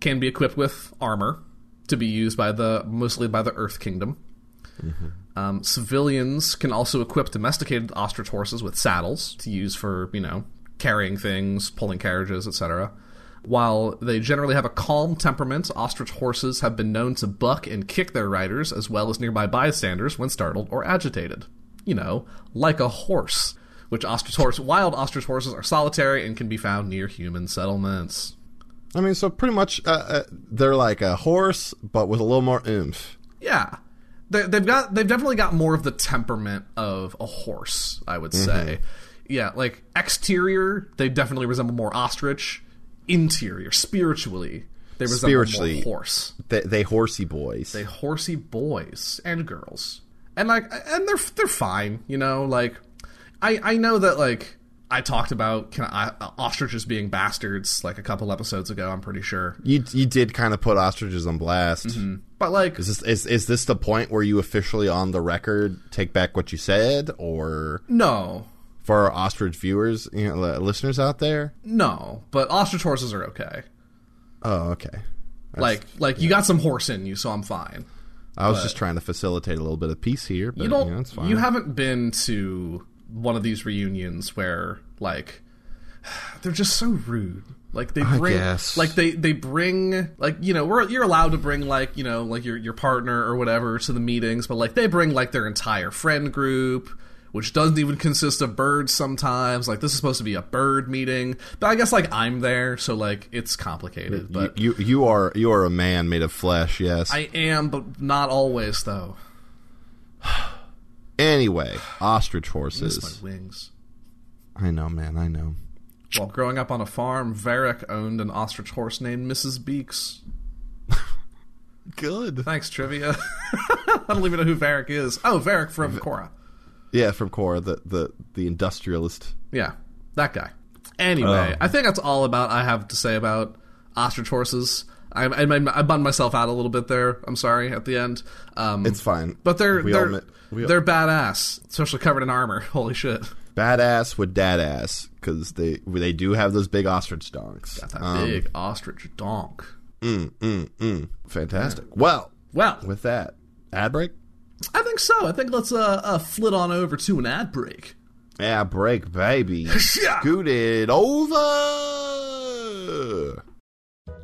Speaker 3: can be equipped with armor to be used by the mostly by the Earth Kingdom. Um, civilians can also equip domesticated ostrich horses with saddles to use for you know carrying things, pulling carriages, etc. While they generally have a calm temperament, ostrich horses have been known to buck and kick their riders as well as nearby bystanders when startled or agitated. You know, like a horse. Which ostrich horse wild ostrich horses are solitary and can be found near human settlements.
Speaker 1: I mean, so pretty much uh, uh, they're like a horse, but with a little more oomph.
Speaker 3: Yeah. They, they've got they've definitely got more of the temperament of a horse, I would say. Yeah, like exterior, they definitely resemble more ostrich. Interior, spiritually, they resemble
Speaker 1: Spiritually.
Speaker 3: more horse.
Speaker 1: They, they horsey boys.
Speaker 3: They horsey boys and girls, and like and they're they're fine, you know. Like I I know that like I talked about can I, ostriches being bastards like a couple episodes ago. I'm pretty sure,
Speaker 1: you you did kind of put ostriches on blast.
Speaker 3: but like
Speaker 1: Is this is is this the point where you officially on the record take back what you said, or
Speaker 3: no,
Speaker 1: for our ostrich viewers, you know, li- listeners out there?
Speaker 3: no. But ostrich horses are okay.
Speaker 1: Oh, okay.
Speaker 3: like like you got some horse in you, so I'm fine.
Speaker 1: I was just trying to facilitate a little bit of peace here, but
Speaker 3: You
Speaker 1: you
Speaker 3: don't.
Speaker 1: know, it's fine.
Speaker 3: You haven't been to one of these reunions where like they're just so rude. Like they bring,
Speaker 1: guess.
Speaker 3: like they they bring, like you know, we're, you're allowed to bring like you know, like your your partner or whatever to the meetings, but like they bring like their entire friend group, which doesn't even consist of birds. Sometimes, like this is supposed to be a bird meeting, but I guess like I'm there, so like it's complicated. But
Speaker 1: you, you you are you are a man made of flesh. Yes.
Speaker 3: I am, but not always though.
Speaker 1: anyway, ostrich
Speaker 3: It's
Speaker 1: horses.
Speaker 3: my wings.
Speaker 1: I know, man. I know.
Speaker 3: While growing up on a farm, Varric owned an ostrich horse named Mrs. Beaks.
Speaker 1: Good.
Speaker 3: Thanks, trivia. I don't even know who Varric is. Oh, Varric from Korra.
Speaker 1: Yeah, from Cora, the the the industrialist.
Speaker 3: Yeah, that guy. Anyway,
Speaker 1: Oh.
Speaker 3: I think that's all about I have to say about ostrich horses. I, I, I bummed myself out a little bit there. I'm sorry at the end. Um,
Speaker 1: It's fine.
Speaker 3: but they're
Speaker 1: We all
Speaker 3: they're
Speaker 1: mi- we all-
Speaker 3: they're badass, especially covered in armor. Holy shit!
Speaker 1: badass with dad ass because they they do have those big ostrich donks. Mm,
Speaker 3: That big ostrich donk.
Speaker 1: Fantastic. Well,
Speaker 3: Well,
Speaker 1: with that ad break.
Speaker 3: I think so. I think let's uh, uh flit on over to an ad break.
Speaker 1: Yeah, break, baby. Scoot it over.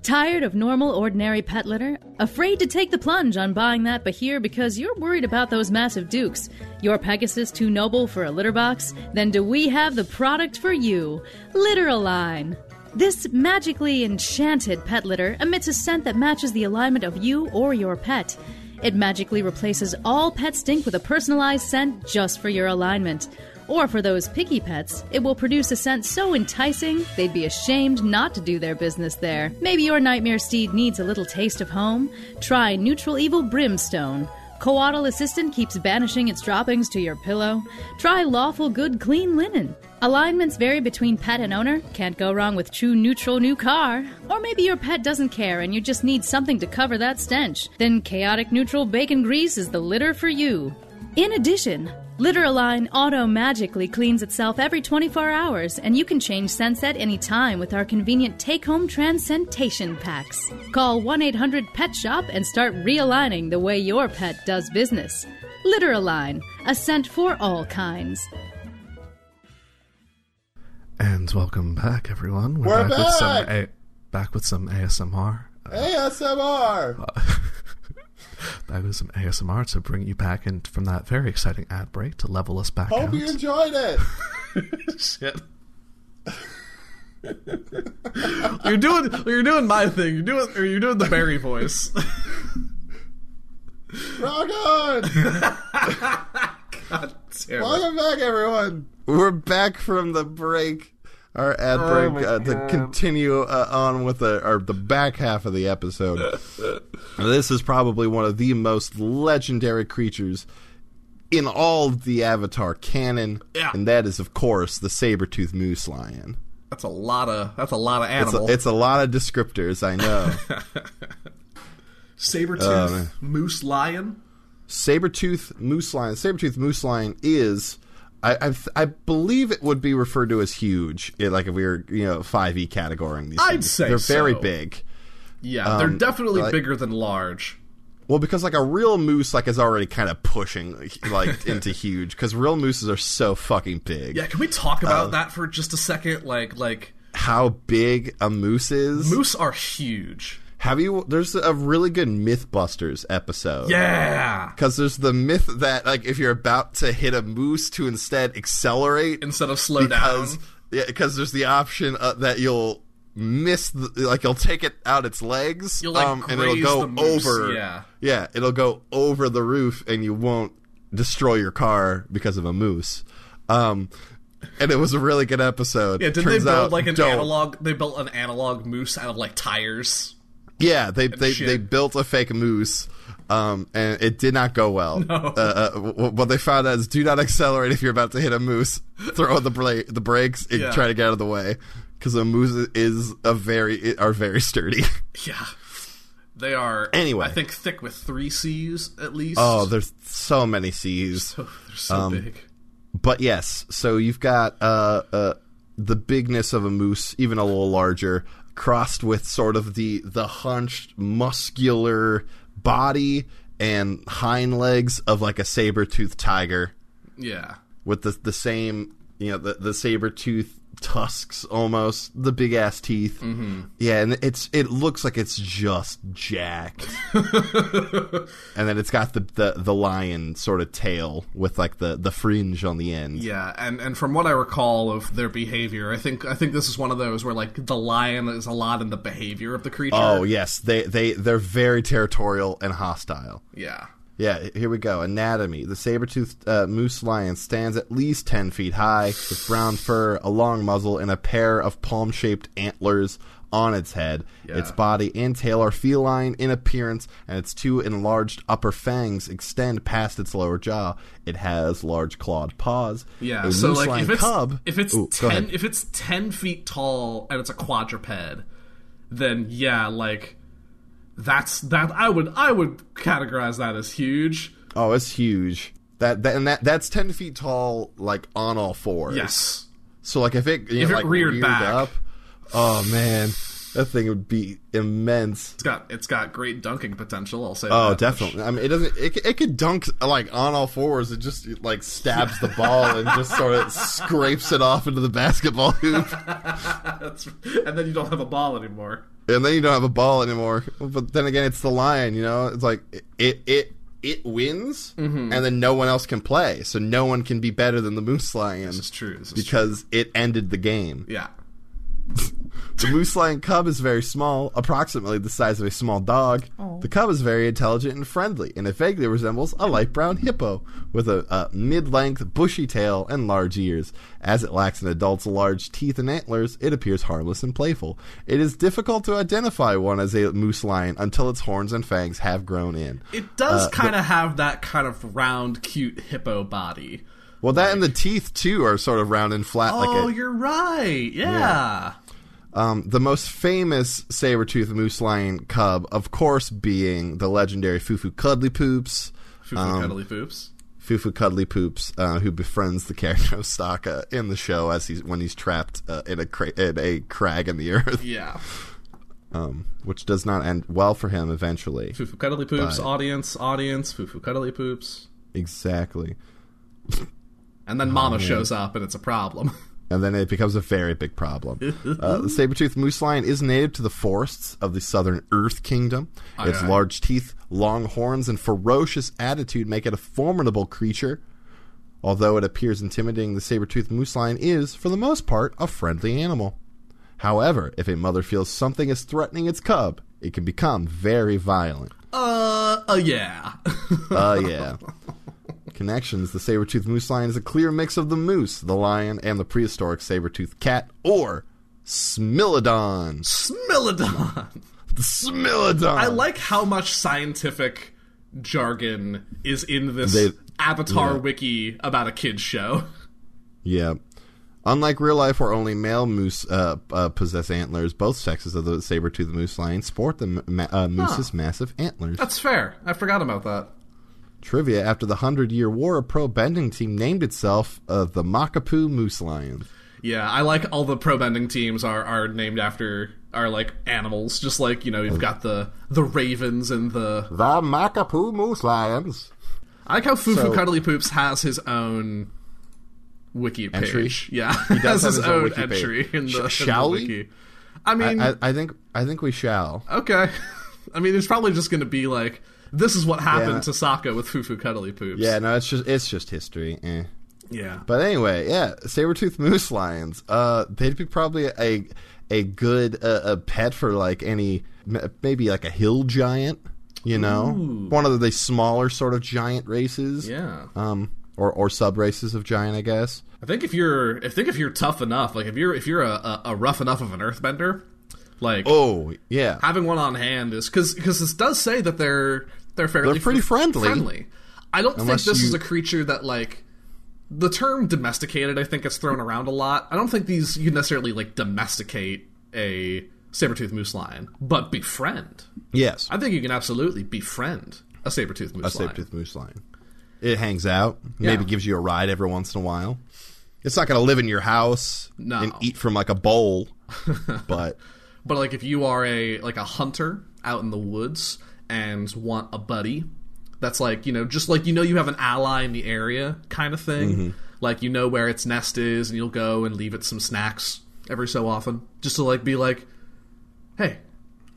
Speaker 4: Tired of normal, ordinary pet litter? Afraid to take the plunge on buying that Bahir because you're worried about those massive dukes? Your Pegasus too noble for a litter box? Then do we have the product for you? Literaline. This magically enchanted pet litter emits a scent that matches the alignment of you or your pet. It magically replaces all pet stink with a personalized scent just for your alignment. Or for those picky pets, it will produce a scent so enticing they'd be ashamed not to do their business there. Maybe your nightmare steed needs a little taste of home? Try Neutral Evil Brimstone. Coatl Assistant keeps banishing its droppings to your pillow. Try Lawful Good Clean Linen. Alignments vary between pet and owner. Can't go wrong with True Neutral New Car. Or maybe your pet doesn't care and you just need something to cover that stench. Then Chaotic Neutral Bacon Grease is the litter for you. In addition, Literaline auto magically cleans itself every 24 hours, and you can change scents at any time with our convenient take home transcentation packs. Call 1 800 Pet Shop and start realigning the way your pet does business. Literaline, a scent for all kinds.
Speaker 2: And welcome back, everyone. We're,
Speaker 1: We're
Speaker 2: back, with some
Speaker 1: back!
Speaker 2: a- back with some ASMR.
Speaker 3: Uh,
Speaker 1: ASMR.
Speaker 2: Back with some ASMR to bring you back in from that very exciting ad break to level us back out.
Speaker 1: enjoyed it.
Speaker 3: Shit. you're doing you're doing my thing. You're doing or you're doing the Barry voice.
Speaker 1: Rock on.
Speaker 3: Damn it.
Speaker 1: Welcome back, everyone. We're back from the break. Our ad
Speaker 3: Oh
Speaker 1: break uh, to continue uh, on with the, our, the back half of the episode. this is probably one of the most legendary creatures in all of the Avatar canon,
Speaker 3: Yeah.
Speaker 1: and that is, of course, the saber-toothed moose lion.
Speaker 3: That's a lot of that's a lot of
Speaker 1: It's a,
Speaker 3: animal.
Speaker 1: it's a lot of descriptors, I know.
Speaker 3: saber tooth
Speaker 1: oh,
Speaker 3: moose lion.
Speaker 1: Sabertooth moose lion. Sabertooth moose lion is, I, I, I believe it would be referred to as huge, eh, like if we were, you know, 5e categorying these
Speaker 3: I'd
Speaker 1: things.
Speaker 3: say
Speaker 1: They're very
Speaker 3: so.
Speaker 1: big.
Speaker 3: Yeah, they're definitely
Speaker 1: Um, like-
Speaker 3: bigger than large.
Speaker 1: Well, because like a real moose, like is already kind of pushing like, like into huge, because real mooses are so fucking big.
Speaker 3: Yeah, can we talk about
Speaker 1: Oh.
Speaker 3: that for just a second? Like like
Speaker 1: How big a moose is?
Speaker 3: moose are huge.
Speaker 1: Have you? There's a really good MythBusters episode.
Speaker 3: Yeah.
Speaker 1: Because there's the myth that like if you're about to hit a moose, to instead accelerate
Speaker 3: Instead of slow
Speaker 1: because
Speaker 3: down.
Speaker 1: yeah, because there's the option uh, that you'll miss the, like you'll take it out its legs
Speaker 3: You'll, like,
Speaker 1: um, and it'll
Speaker 3: graze
Speaker 1: go
Speaker 3: the moose,
Speaker 1: over
Speaker 3: yeah.
Speaker 1: yeah it'll go over the roof and you won't destroy your car because of a moose um and it was a really good episode
Speaker 3: Yeah, did they
Speaker 1: Turns
Speaker 3: build
Speaker 1: out,
Speaker 3: like an
Speaker 1: don't.
Speaker 3: analog they built an analog moose out of like tires?
Speaker 1: yeah they they,
Speaker 3: shit.
Speaker 1: they built a fake moose um and it did not go well uh, uh, wh- what they found out is do not accelerate if you're about to hit a moose throw the bra- the brakes and
Speaker 3: Yeah.
Speaker 1: try to get out of the way because a moose is a very are very sturdy
Speaker 3: Yeah. They are
Speaker 1: Anyway.
Speaker 3: I think thick with three C's at least.
Speaker 1: oh um, there's so many c's
Speaker 3: they're so big.
Speaker 1: but yes, so you've got uh, uh, the bigness of a moose, even a little larger, crossed with sort of the the hunched, muscular body and hind legs of like a saber toothed tiger,
Speaker 3: Yeah.
Speaker 1: with the the same you know the the saber tooth tusks almost the big ass teeth yeah and it's it looks like it's just jacked and then it's got the, the the lion sort of tail with like the the fringe on the end
Speaker 3: Yeah, and, and from what I recall of their behavior, I think I think this is one of those where like the lion is a lot in the behavior of the creature.
Speaker 1: Oh yes, they they they're very territorial and hostile.
Speaker 3: yeah.
Speaker 1: Yeah, here we go. Anatomy. The saber-toothed uh, moose lion stands at least 10 feet high, with brown fur, a long muzzle, and a pair of palm-shaped antlers on its head.
Speaker 3: Yeah.
Speaker 1: Its body and tail are feline in appearance, and its two enlarged upper fangs extend past its lower jaw. It has large clawed paws.
Speaker 3: Yeah,
Speaker 1: A
Speaker 3: so
Speaker 1: moose
Speaker 3: like
Speaker 1: lion
Speaker 3: if it's
Speaker 1: cub,
Speaker 3: if it's
Speaker 1: Ooh, go
Speaker 3: ten
Speaker 1: ahead.
Speaker 3: if it's ten feet tall and it's a quadruped, then yeah, like that's that I would I would categorize that as huge.
Speaker 1: Oh, it's huge. That, that and that that's ten feet tall, like on all fours.
Speaker 3: Yes.
Speaker 1: So like if it you
Speaker 3: If
Speaker 1: know,
Speaker 3: it
Speaker 1: like,
Speaker 3: reared back.
Speaker 1: up, oh man, that thing would be immense.
Speaker 3: It's got it's got great dunking potential, I'll say
Speaker 1: Oh,
Speaker 3: that.
Speaker 1: definitely. I mean, it doesn't. It, c- it could dunk like on all fours. It just it, like stabs the ball and just sort of scrapes it off into the basketball hoop,
Speaker 3: That's, and then you don't have a ball anymore.
Speaker 1: and then you don't have a ball anymore. But then again, it's the lion. You know, it's like it it it wins,
Speaker 3: Mm-hmm.
Speaker 1: and then no one else can play, so no one can be better than the moose lion.
Speaker 3: This is true. This is true.
Speaker 1: because it ended the game.
Speaker 3: Yeah.
Speaker 1: The moose lion cub is very small, approximately the size of a small dog. The cub is very intelligent and friendly, and it vaguely resembles a light brown hippo with a, a mid length, bushy tail and large ears. As it lacks an adult's large teeth and antlers, it appears harmless and playful. It is difficult to identify one as a moose lion until its horns and fangs have grown in.
Speaker 3: It
Speaker 1: Uh,
Speaker 3: does kind of have that kind of round, cute hippo body.
Speaker 1: Well, that and the teeth, too, are sort of round and flat like
Speaker 3: oh,
Speaker 1: a
Speaker 3: you're right. Yeah.
Speaker 1: Um, the most famous saber-toothed moose lion cub, of course, being the legendary Fufu Cuddly Poops.
Speaker 3: Fufu
Speaker 1: Um,
Speaker 3: cuddly poops.
Speaker 1: Fufu Cuddly Poops, uh, who befriends the character of Sokka in the show as he's when he's trapped uh, in a cra- in a crag in the earth,
Speaker 3: Yeah.
Speaker 1: um, which does not end well for him eventually.
Speaker 3: Fufu cuddly poops, audience, audience, fufu cuddly poops.
Speaker 1: Exactly,
Speaker 3: And then mama shows up and it's a problem.
Speaker 1: and then it becomes a very big problem. uh, the saber-toothed moose lion is native to the forests of the southern Earth Kingdom. its
Speaker 3: aye.
Speaker 1: large teeth, long horns, and ferocious attitude make it a formidable creature. Although it appears intimidating, the saber-toothed moose lion is, for the most part, a friendly animal. However, if a mother feels something is threatening its cub, it can become very violent.
Speaker 3: uh, uh, yeah.
Speaker 1: Oh, yeah. Connections The saber toothed moose lion is a clear mix of the moose, the lion, and the prehistoric saber toothed cat, or Smilodon.
Speaker 3: Smilodon.
Speaker 1: The Smilodon!
Speaker 3: I like how much scientific jargon is in this
Speaker 1: They-
Speaker 3: Avatar
Speaker 1: yeah.
Speaker 3: wiki about a kid's show.
Speaker 1: Yeah. Unlike real life, where only male moose uh, uh, possess antlers, both sexes of the saber toothed moose lion sport the m- ma- uh, moose's massive antlers.
Speaker 3: That's fair. I forgot about that.
Speaker 1: Trivia After the Hundred Year War, a pro bending team named itself uh, the Makapu Moose Lions.
Speaker 3: Yeah, I like all the pro bending teams are, are named after are like animals, just like you know you've got the the ravens and the.
Speaker 1: The Makapu Moose Lions.
Speaker 3: I like how Fufu
Speaker 1: So-
Speaker 3: Cuddly Poops has his own wiki page.
Speaker 1: Entry?
Speaker 3: Yeah,
Speaker 1: does have
Speaker 3: has his,
Speaker 1: his own
Speaker 3: own,
Speaker 1: wiki page.
Speaker 3: entry in the,
Speaker 1: Sh-
Speaker 3: in the
Speaker 1: shall we?
Speaker 3: wiki. I mean,
Speaker 1: I, I think I think we shall.
Speaker 3: okay. I mean, it's probably just going to be like this is what happened
Speaker 1: Yeah.
Speaker 3: to Sokka with Fufu Cuddly Poops.
Speaker 1: Yeah, no, it's just it's just history. Eh.
Speaker 3: yeah.
Speaker 1: But anyway, yeah, saber-toothed moose lions. Uh, they'd be probably a a good uh, a pet for like any m- maybe like a hill giant, you know, one of the smaller sort of giant races.
Speaker 3: yeah.
Speaker 1: Um, or or sub races of giant, I guess.
Speaker 3: I think if you're, I think if you're tough enough, like if you're, if you're a, a, a rough enough of an earthbender, like
Speaker 1: Oh yeah,
Speaker 3: having one on hand is because this does say that they're they're fairly
Speaker 1: They're pretty
Speaker 3: fr-
Speaker 1: friendly.
Speaker 3: Friendly. I don't
Speaker 1: Unless
Speaker 3: think this
Speaker 1: you-
Speaker 3: is a creature that like the term domesticated. I think it's thrown around a lot. I don't think these you necessarily like domesticate a saber-toothed moose lion, but befriend.
Speaker 1: yes,
Speaker 3: I think you can absolutely befriend a saber-toothed moose
Speaker 1: a
Speaker 3: lion.
Speaker 1: saber-toothed moose lion. It hangs out,
Speaker 3: Yeah.
Speaker 1: maybe gives you a ride every once in a while. It's not going to live in your house
Speaker 3: No.
Speaker 1: and eat from like a bowl, but
Speaker 3: But like if you are a like a hunter out in the woods and want a buddy, that's like, you know, just like you know you have an ally in the area kind of thing. Like you know where its nest is and you'll go and leave it some snacks every so often just to like be like, "Hey,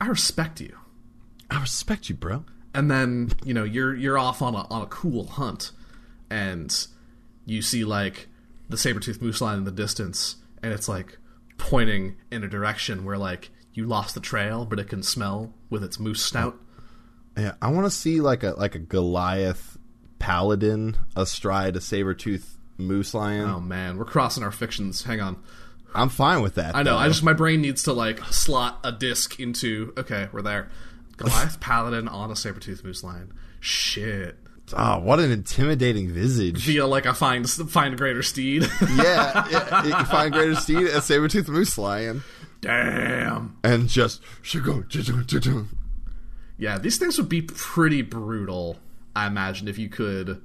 Speaker 3: I respect you."
Speaker 1: I respect you, bro.
Speaker 3: and then you know you're you're off on a on a cool hunt, and you see like the saber toothed moose lion in the distance, and it's like pointing in a direction where like you lost the trail, but it can smell with its moose snout.
Speaker 1: Yeah, I want to see like a like a Goliath paladin astride a saber tooth moose lion.
Speaker 3: Oh man, we're crossing our fictions. Hang on.
Speaker 1: I'm fine with that.
Speaker 3: I know.
Speaker 1: though.
Speaker 3: I just my brain needs to like slot a disc into. Okay, we're there. Goliath paladin on a saber tooth moose lion. Shit.
Speaker 1: oh, what an intimidating visage.
Speaker 3: Via like a find find greater steed.
Speaker 1: yeah, yeah, you find greater steed a saber tooth moose lion,
Speaker 3: Damn.
Speaker 1: and just shoo-go, shoo-go, shoo-go.
Speaker 3: Yeah, these things would be pretty brutal. I imagine if you could,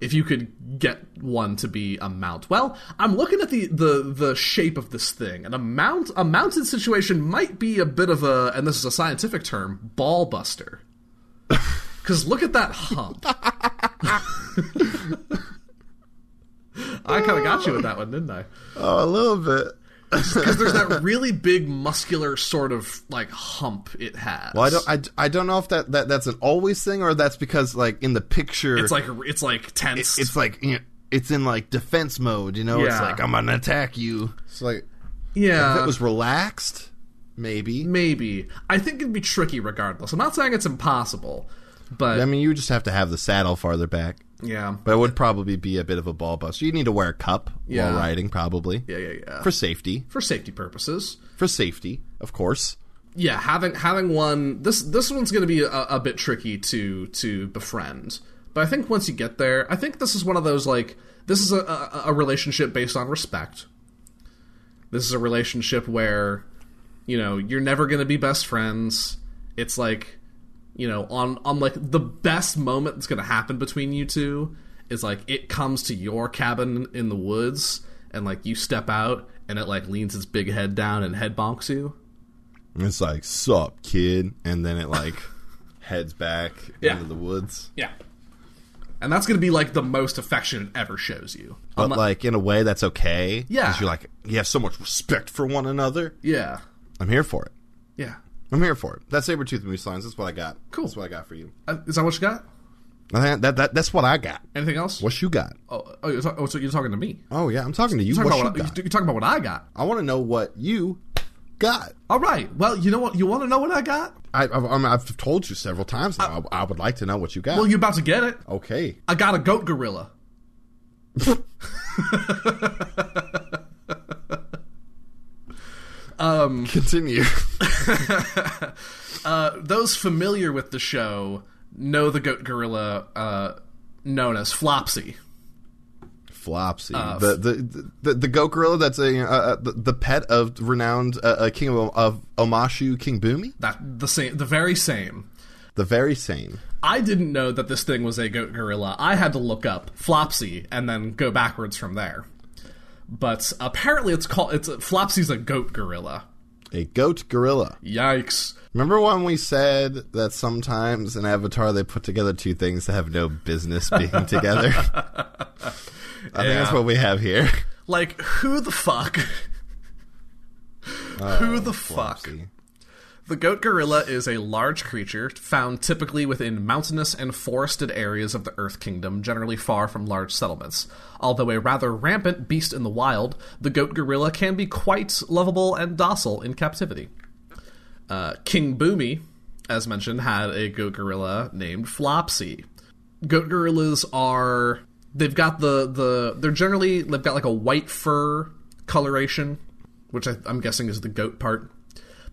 Speaker 3: if you could get one to be a mount. Well, I'm looking at the the the shape of this thing, and a mount a mounted situation might be a bit of a, and this is a scientific term, ball buster. Because look at that hump. I kind of got you with that one, didn't I?
Speaker 1: Oh, a little bit.
Speaker 3: Because there's that really big muscular sort of like hump it has.
Speaker 1: Well, I don't. I, I don't know if that, that that's an always thing or that's because like in the picture,
Speaker 3: It's like it's like tense.
Speaker 1: it's like you know, it's in like defense mode. You know, it's
Speaker 3: Yeah. uh,
Speaker 1: like I'm gonna attack you. It's like
Speaker 3: yeah,
Speaker 1: if it was relaxed, maybe.
Speaker 3: maybe. I think it'd be tricky regardless. I'm not saying it's impossible, but
Speaker 1: I mean, you would just have to have the saddle farther back,
Speaker 3: yeah,
Speaker 1: but it would probably be a bit of a ball buster. You need to wear a cup
Speaker 3: Yeah.
Speaker 1: while riding, probably
Speaker 3: yeah, yeah, yeah.
Speaker 1: for safety.
Speaker 3: For safety purposes,
Speaker 1: For safety, of course.
Speaker 3: yeah, having having one this this one's going to be a, a bit tricky to to befriend. But I think once you get there, I think this is one of those like this is a, a, a relationship based on respect. This is a relationship where you know you're never going to be best friends. It's like you know on on like the best moment that's going to happen between you two is like it comes to your cabin in the woods and like you step out and it like leans its big head down and head bonks you.
Speaker 1: It's like sup, kid, and then it like heads back
Speaker 3: Yeah.
Speaker 1: into the woods.
Speaker 3: Yeah. And that's going to be like the most affection it ever shows you.
Speaker 1: But
Speaker 3: Unle-
Speaker 1: like in a way that's okay.
Speaker 3: Yeah.
Speaker 1: 'cause you're like you have so much respect for one another.
Speaker 3: yeah.
Speaker 1: I'm here for it.
Speaker 3: Yeah.
Speaker 1: I'm here for it. That's saber tooth moose lines. That's what I got.
Speaker 3: Cool.
Speaker 1: That's what I got for you.
Speaker 3: Uh, is that what you got?
Speaker 1: I think That, that that's what I got.
Speaker 3: Anything else?
Speaker 1: What you got?
Speaker 3: Oh, oh, you're, ta- oh, so you're talking to me.
Speaker 1: Oh yeah, I'm talking to you.
Speaker 3: You're
Speaker 1: What
Speaker 3: talking,
Speaker 1: you
Speaker 3: about what,
Speaker 1: got?
Speaker 3: I- you're talking about what I got.
Speaker 1: I want to know what you got.
Speaker 3: All right. Well, you know what? You want to know what I got?
Speaker 1: I, I, I mean, I've told you several times now. I, I would like to know what you got.
Speaker 3: Well, you're about to get it.
Speaker 1: okay.
Speaker 3: I got a goat gorilla.
Speaker 1: Continue.
Speaker 3: Those familiar with the show know the goat gorilla uh, known as Flopsy.
Speaker 1: Flopsy, the, the the the goat gorilla. That's a uh, uh, the, the pet of renowned uh, uh, king of, of Omashu, King Boomy.
Speaker 3: That the same, the very same.
Speaker 1: The very same.
Speaker 3: I didn't know that this thing was a goat gorilla. I had to look up Flopsy and then go backwards from there. But apparently, it's called it's Flopsy's a goat gorilla.
Speaker 1: A goat gorilla.
Speaker 3: Yikes!
Speaker 1: Remember when we said that sometimes in Avatar they put together two things that have no business being together? I think that's what we have here.
Speaker 3: Like who the fuck? who the fuck? The goat gorilla is a large creature found typically within mountainous and forested areas of the Earth Kingdom, generally far from large settlements. Although a rather rampant beast in the wild, the goat gorilla can be quite lovable and docile in captivity. Uh, King Boomy, as mentioned, had a goat gorilla named Flopsy. Goat gorillas are they've got the the they're generally they've got like a white fur coloration, which I, I'm guessing is the goat part.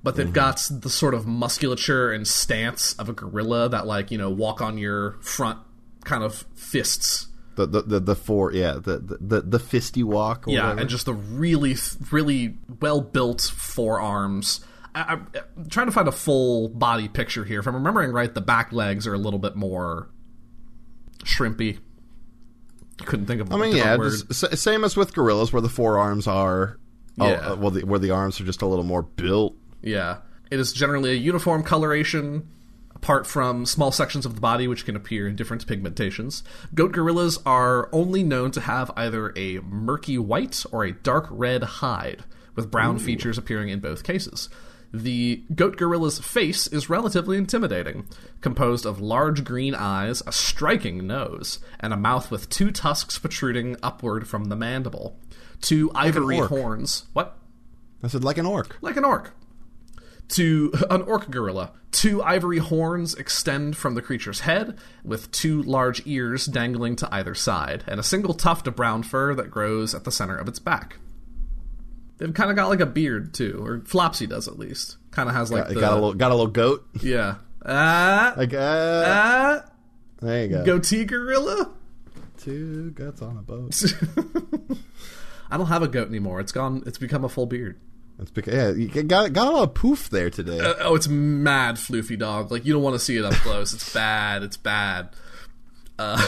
Speaker 3: But they've got the sort of musculature and stance of a gorilla that like you know walk on your front kind of fists.
Speaker 1: The the the, the four yeah the the the, the fisty walk. Or
Speaker 3: Yeah,
Speaker 1: whatever.
Speaker 3: and just the really, th- really well built forearms. I, I'm I'm trying to find a full body picture here. If I'm remembering right, the back legs are a little bit more shrimpy. Couldn't think of.
Speaker 1: I mean, yeah,
Speaker 3: different word.
Speaker 1: just, sa- same as with gorillas, where the forearms are, oh,
Speaker 3: Yeah.
Speaker 1: uh, well, the, where the arms are just a little more built.
Speaker 3: Yeah. It is generally a uniform coloration, apart from small sections of the body which can appear in different pigmentations. Goat gorillas are only known to have either a murky white or a dark red hide, with brown features appearing in both cases. The goat gorilla's face is relatively intimidating, composed of large green eyes, a striking nose, and a mouth with two tusks protruding upward from the mandible. Two ivory
Speaker 1: orc.
Speaker 3: horns. What?
Speaker 1: I said, like an orc.
Speaker 3: like an orc. to an orc gorilla. Two ivory horns extend from the creature's head, with two large ears dangling to either side, and a single tuft of brown fur that grows at the center of its back. They've kind of got like a beard too, or Flopsy does at least. Kind of has
Speaker 1: Got,
Speaker 3: like the
Speaker 1: got a little, got a little goat.
Speaker 3: yeah. Ah,
Speaker 1: Like, uh,
Speaker 3: ah,
Speaker 1: there you go.
Speaker 3: goatee gorilla.
Speaker 1: Two guts on a boat.
Speaker 3: I don't have a goat anymore. It's gone. It's become a full beard.
Speaker 1: That's because, yeah, you got got a lot of poof there today.
Speaker 3: Uh, oh, it's mad floofy dog. Like you don't want to see it up close. It's bad. It's bad. Uh,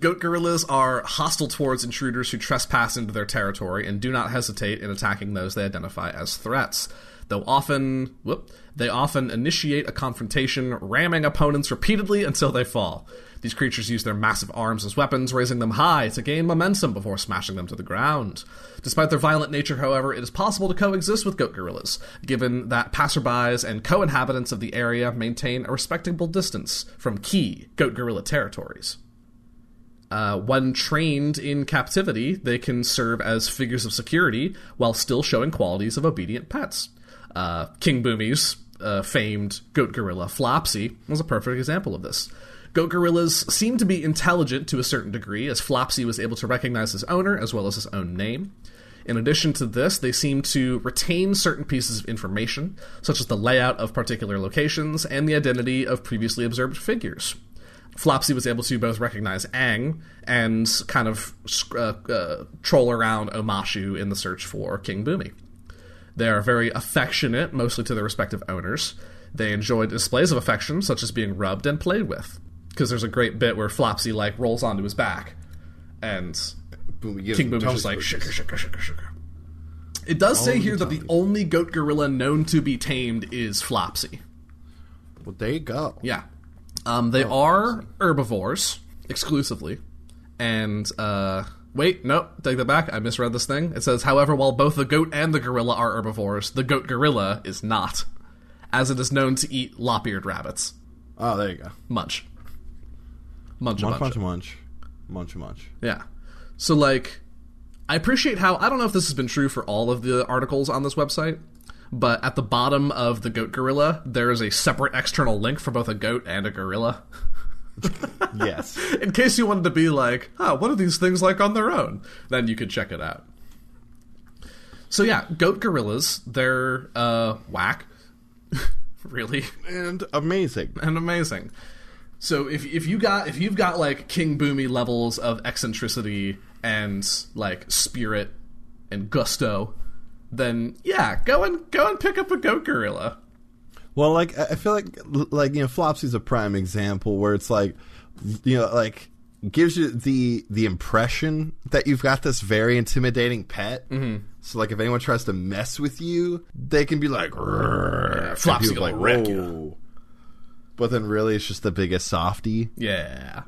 Speaker 3: goat gorillas are hostile towards intruders who trespass into their territory and do not hesitate in attacking those they identify as threats. Though often, whoop, they often initiate a confrontation, ramming opponents repeatedly until they fall. These creatures use their massive arms as weapons, raising them high to gain momentum before smashing them to the ground. Despite their violent nature, however, it is possible to coexist with goat gorillas, given that passerbys and co inhabitants of the area maintain a respectable distance from key goat gorilla territories. Uh, when trained in captivity, they can serve as figures of security while still showing qualities of obedient pets. Uh, King Boomy's uh, famed goat gorilla Flopsy was a perfect example of this. Goat gorillas seem to be intelligent to a certain degree, as Flopsy was able to recognize his owner as well as his own name. In addition to this, they seem to retain certain pieces of information, such as the layout of particular locations and the identity of previously observed figures. Flopsy was able to both recognize Aang and kind of uh, uh, troll around Omashu in the search for King Boomy. They are very affectionate, mostly to their respective owners. They enjoy displays of affection, such as being rubbed and played with. Because there's a great bit where Flopsy like rolls onto his back, and
Speaker 1: Boom, he gives
Speaker 3: King
Speaker 1: him
Speaker 3: Boomy's
Speaker 1: tongue
Speaker 3: just like
Speaker 1: squeezes.
Speaker 3: sugar, sugar, sugar, sugar. It does say here that the only goat gorilla known to be tamed is Flopsy.
Speaker 1: Well, there you go.
Speaker 3: Yeah. Um, they are herbivores exclusively. And, uh, wait, no, take that back. I misread this thing. It says, however, while both the goat and the gorilla are herbivores, the goat gorilla is not, as it is known to eat lop eared rabbits.
Speaker 1: Oh, there you go.
Speaker 3: Munch. Munch,
Speaker 1: Munch,
Speaker 3: munch,
Speaker 1: munch, munch, munch, munch.
Speaker 3: yeah. So like I appreciate how I don't know if this has been true for all of the articles on this website, but at the bottom of the goat gorilla, there is a separate external link for both a goat and a gorilla.
Speaker 1: Yes.
Speaker 3: In case you wanted to be like, oh, what are these things like on their own? Then you could check it out. So yeah, goat gorillas, they're uh whack. really
Speaker 1: and amazing.
Speaker 3: and amazing. So if if you got if you've got like King Boomy levels of eccentricity and like spirit and gusto, then yeah, go and go and pick up a goat gorilla.
Speaker 1: Well, like I I feel like like you know Flopsy's a prime example where it's like you know like gives you the the impression that you've got this very intimidating pet. Mm-hmm. So like if anyone tries to mess with you, they can be like "Rrrr," and
Speaker 3: Flopsy
Speaker 1: people
Speaker 3: gonna
Speaker 1: like
Speaker 3: wreck ya.
Speaker 1: "Whoa." But then really, it's just the biggest softy.
Speaker 3: Yeah.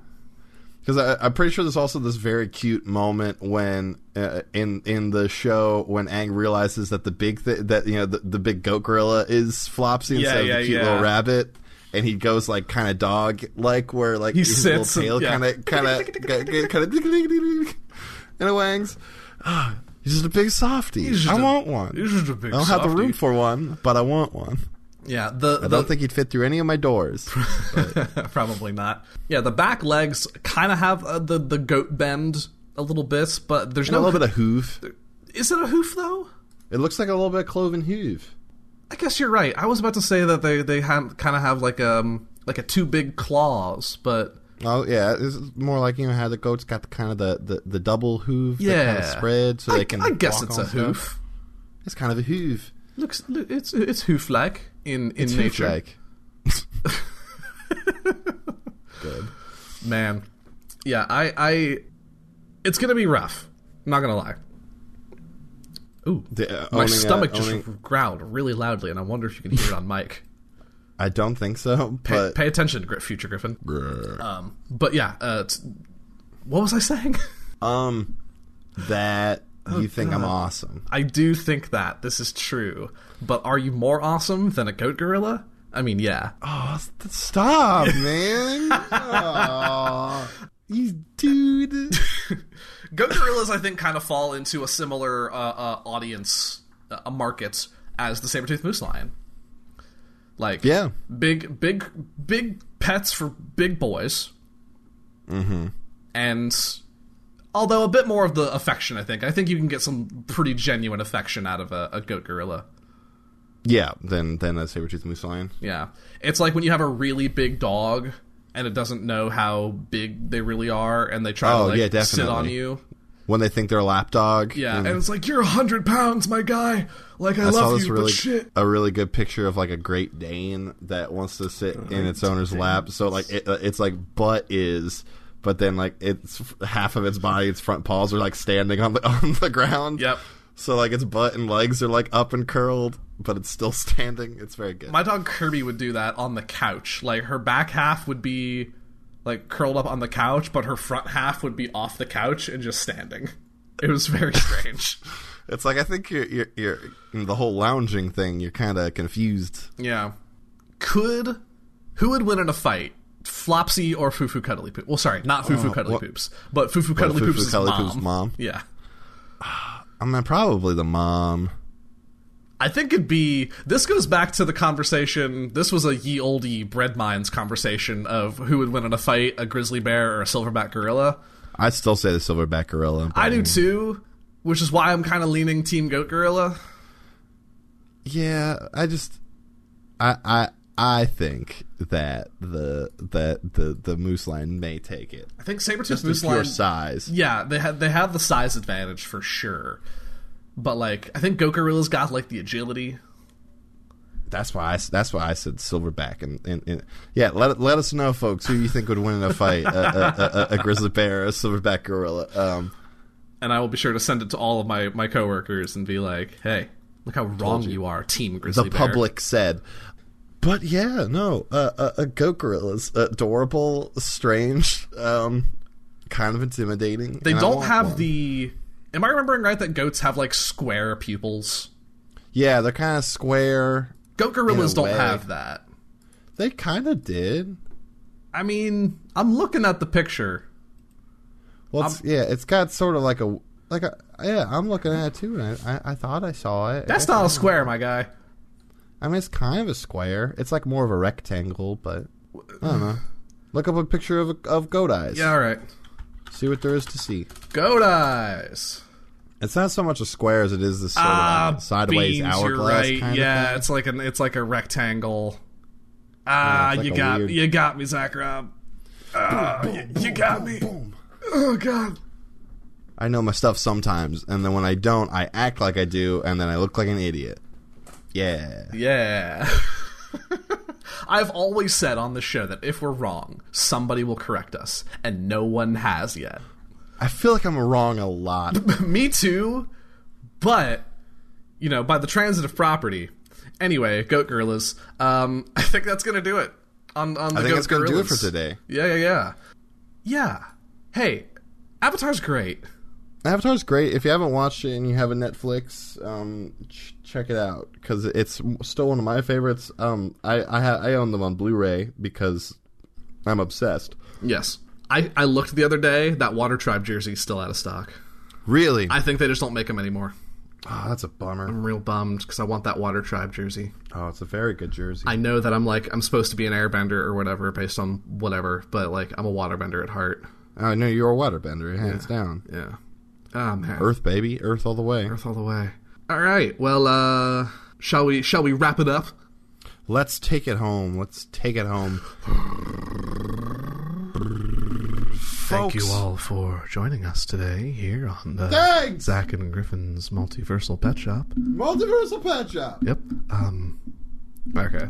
Speaker 1: Because I'm pretty sure there's also this very cute moment when uh, in in the show when Ang realizes that the big th- that you know the, the big goat gorilla is Flopsy
Speaker 3: Yeah,
Speaker 1: instead
Speaker 3: yeah,
Speaker 1: of the cute
Speaker 3: yeah.
Speaker 1: little rabbit, and he goes like kind of dog like where like
Speaker 3: He
Speaker 1: his
Speaker 3: sits and-
Speaker 1: little tail
Speaker 3: yeah.
Speaker 1: kind of kind of kind of in a wangs. Ah, He's just a big softy.
Speaker 3: He's just
Speaker 1: I
Speaker 3: a-
Speaker 1: want one.
Speaker 3: he's just a big
Speaker 1: I don't have the
Speaker 3: softy.
Speaker 1: room for one, but I want one.
Speaker 3: Yeah, the,
Speaker 1: I don't think he'd fit through any of my doors.
Speaker 3: probably not. Yeah, the back legs kind of have uh, the the goat bend a little bit, but there's
Speaker 1: And a
Speaker 3: no
Speaker 1: little bit of hoof.
Speaker 3: Is it a hoof though?
Speaker 1: It looks like a little bit of cloven hoof.
Speaker 3: I guess you're right. I was about to say that they they ha- kind of have like um like a two big claws, but
Speaker 1: Oh yeah, it's more like you know how the goat's got the kind of the, the, the double hoof that kind of
Speaker 3: Yeah.
Speaker 1: spread, so
Speaker 3: I,
Speaker 1: they can.
Speaker 3: I guess
Speaker 1: walk
Speaker 3: it's
Speaker 1: on
Speaker 3: a
Speaker 1: stuff.
Speaker 3: hoof.
Speaker 1: It's kind of a hoof.
Speaker 3: Looks, look, it's it's hoof like in in
Speaker 1: It's
Speaker 3: nature.
Speaker 1: hoof-like.
Speaker 3: Man, yeah, I I, it's gonna be rough. I'm not gonna lie. Ooh,
Speaker 1: The, uh,
Speaker 3: my
Speaker 1: owning a-
Speaker 3: stomach just
Speaker 1: owning-
Speaker 3: growled really loudly, and I wonder if you can hear it on mic.
Speaker 1: I don't think so,
Speaker 3: Pay,
Speaker 1: but
Speaker 3: pay attention, Gri- future Griffin. Um, but yeah, uh, t- what was I saying?
Speaker 1: um, that
Speaker 3: Oh,
Speaker 1: you think I'm awesome.
Speaker 3: I do think that this is true, but are you more awesome than a goat gorilla? I mean, yeah.
Speaker 1: Oh, st- stop, man! Aw. you dude.
Speaker 3: Goat gorillas, I think, kind of fall into a similar uh, uh, audience, uh, a market as the saber-toothed moose lion. Like
Speaker 1: Yeah.
Speaker 3: big big big pets for big boys. Mm-hmm.
Speaker 1: Mm-hmm.
Speaker 3: And although a bit more of the affection, I think. I think you can get some pretty genuine affection out of a, a goat gorilla.
Speaker 1: Yeah, then then a saber toothed moose lion.
Speaker 3: Yeah. It's like when you have a really big dog and it doesn't know how big they really are and they try
Speaker 1: Oh,
Speaker 3: to
Speaker 1: yeah,
Speaker 3: like sit on
Speaker 1: definitely.
Speaker 3: you.
Speaker 1: When they think they're a lapdog.
Speaker 3: Yeah.
Speaker 1: and
Speaker 3: And it's like, you're a hundred pounds, my guy. Like I,
Speaker 1: I saw
Speaker 3: love
Speaker 1: this
Speaker 3: you,
Speaker 1: really
Speaker 3: but shit.
Speaker 1: a really good picture of like a Great Dane that wants to sit in its owner's lap. So like it, uh, it's like butt is, but then like it's half of its body, its front paws are like standing on the on the ground.
Speaker 3: Yep.
Speaker 1: So like its butt and legs are like up and curled, but it's still standing. It's very good.
Speaker 3: My dog Kirby would do that on the couch. Like her back half would be like curled up on the couch, but her front half would be off the couch and just standing. It was very strange.
Speaker 1: it's like I think you're you're, you're the whole lounging thing. You're kind of confused.
Speaker 3: yeah. Could who would win in a fight? Flopsy or Fufu Cuddly Poop? Well, sorry, not Fufu Cuddly
Speaker 1: Uh, what-
Speaker 3: Poops, but Fufu Cuddly
Speaker 1: Fufu
Speaker 3: Poops'
Speaker 1: Cuddly
Speaker 3: mom.
Speaker 1: Poop's mom?
Speaker 3: Yeah.
Speaker 1: I mean, probably the mom.
Speaker 3: I think it'd be. This goes back to the conversation. This was a ye olde bread mines conversation of who would win in a fight, a grizzly bear or a silverback gorilla.
Speaker 1: I still say the silverback gorilla.
Speaker 3: I
Speaker 1: but-
Speaker 3: do too, which is why I'm kind of leaning Team Goat Gorilla.
Speaker 1: Yeah, I just I I I think that the that the the moose lion may take it.
Speaker 3: I think Sabretooth
Speaker 1: Just
Speaker 3: Moose
Speaker 1: pure
Speaker 3: Lion.
Speaker 1: size.
Speaker 3: Yeah, they have they have the size advantage for sure, but like I think Goat Gorilla's got like the agility.
Speaker 1: That's why I s- that's why I said silverback and, and, and yeah. Let let us know, folks, who you think would win in a fight: a, a, a, a grizzly bear, or a silverback gorilla. Um,
Speaker 3: And I will be sure to send it to all of my my coworkers and be like, hey. Look how wrong you. are, Team
Speaker 1: the
Speaker 3: Grizzly Bear.
Speaker 1: public said. But yeah, no, uh, uh, a goat gorilla is adorable, strange, um, kind of intimidating.
Speaker 3: They
Speaker 1: and I
Speaker 3: don't
Speaker 1: want
Speaker 3: have
Speaker 1: one.
Speaker 3: the. Am I remembering right that goats have like square pupils?
Speaker 1: yeah. They're kind of square.
Speaker 3: Goat gorillas don't
Speaker 1: way.
Speaker 3: have that.
Speaker 1: They kind of did.
Speaker 3: I mean, I'm looking at the picture.
Speaker 1: Well,
Speaker 3: Um,
Speaker 1: it's, yeah, it's got sort of like a like a yeah. I'm looking at it too, and I, I, I thought I saw it. I
Speaker 3: That's
Speaker 1: guess
Speaker 3: not
Speaker 1: I-
Speaker 3: a square, my guy.
Speaker 1: I mean, it's kind of a square. It's like more of a rectangle, but I don't know. Look up a picture of a, of goat eyes.
Speaker 3: Yeah, all right.
Speaker 1: See what there is to see.
Speaker 3: Goat eyes.
Speaker 1: It's not so much a square as it is this sort of like sideways
Speaker 3: beans,
Speaker 1: hourglass
Speaker 3: Uh, Ah, You're right.
Speaker 1: kind
Speaker 3: yeah,
Speaker 1: of thing.
Speaker 3: it's like an it's like a rectangle. Ah,
Speaker 1: it's like
Speaker 3: you
Speaker 1: a
Speaker 3: got
Speaker 1: weird-
Speaker 3: you got me, Zach Rob. Ah, you, you got me. Oh God.
Speaker 1: I know my stuff sometimes, and then when I don't, I act like I do, and then I look like an idiot. Yeah.
Speaker 3: Yeah. I've always said on the show that if we're wrong, somebody will correct us, and no one has yet.
Speaker 1: I feel like I'm wrong a lot.
Speaker 3: Me too, but you know, by the transitive property. Anyway, goat gorillas. Um, I think that's gonna do it. On on the
Speaker 1: I think
Speaker 3: goat
Speaker 1: that's gonna do it
Speaker 3: gorillas.
Speaker 1: for today.
Speaker 3: Yeah, yeah, yeah, yeah. Hey, Avatar's great.
Speaker 1: Avatar's great. If you haven't watched it and you have a Netflix, um, ch- check it out because it's still one of my favorites. Um, I I, ha- I own them on Blu-ray because I'm obsessed.
Speaker 3: Yes, I I looked the other day. That Water Tribe jersey's still out of stock.
Speaker 1: Really?
Speaker 3: I think they just don't make them anymore.
Speaker 1: oh, that's a bummer.
Speaker 3: I'm real bummed because I want that Water Tribe jersey.
Speaker 1: Oh, it's a very good jersey.
Speaker 3: I know that I'm like I'm supposed to be an airbender or whatever based on whatever, but like I'm a waterbender at heart.
Speaker 1: I know you're a waterbender, hands down.
Speaker 3: Yeah. Oh man.
Speaker 1: Earth, baby, Earth all the way.
Speaker 3: Earth all the way. All right. Well, uh, shall we? Shall we wrap it up?
Speaker 1: Let's take it home. Let's take it home.
Speaker 2: Thank you
Speaker 1: Folks.
Speaker 2: all for joining us today here on the
Speaker 1: Thanks!
Speaker 2: Zach and Griffin's Multiversal Pet Shop.
Speaker 1: Multiversal Pet Shop.
Speaker 2: Yep. Um,
Speaker 3: Okay.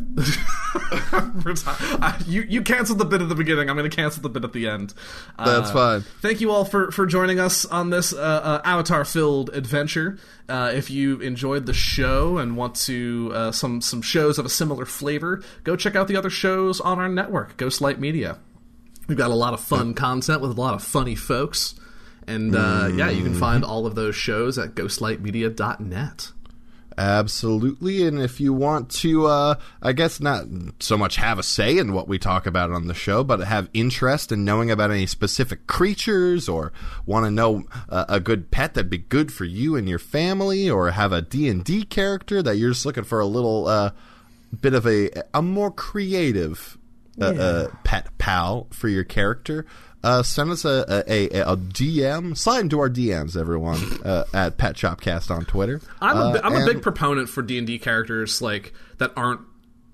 Speaker 3: you you canceled the bit at the beginning. I'm going to cancel the bit at the end. Uh,
Speaker 1: That's fine.
Speaker 3: Thank you all for, for joining us on this uh, uh, avatar filled adventure. Uh, if you enjoyed the show and want to uh, some some shows of a similar flavor, go check out the other shows on our network, Ghostlight Media. We've got a lot of fun content with a lot of funny folks,
Speaker 1: Mm-hmm.
Speaker 3: and uh, yeah, you can find all of those shows at ghostlightmedia.net.
Speaker 1: Absolutely. And if you want to, uh, I guess not so much have a say in what we talk about on the show, but have interest in knowing about any specific creatures or want to know uh, a good pet that'd be good for you and your family or have a D&D character that you're just looking for a little uh, bit of a, a more creative uh, uh, pet pal for your character, uh, send us a, a, a, a DM. Slide into our DMs, everyone, uh, at Pet Shopcast on Twitter.
Speaker 3: I'm, a
Speaker 1: Uh,
Speaker 3: bi- I'm a
Speaker 1: and-
Speaker 3: big proponent for D and D characters like that aren't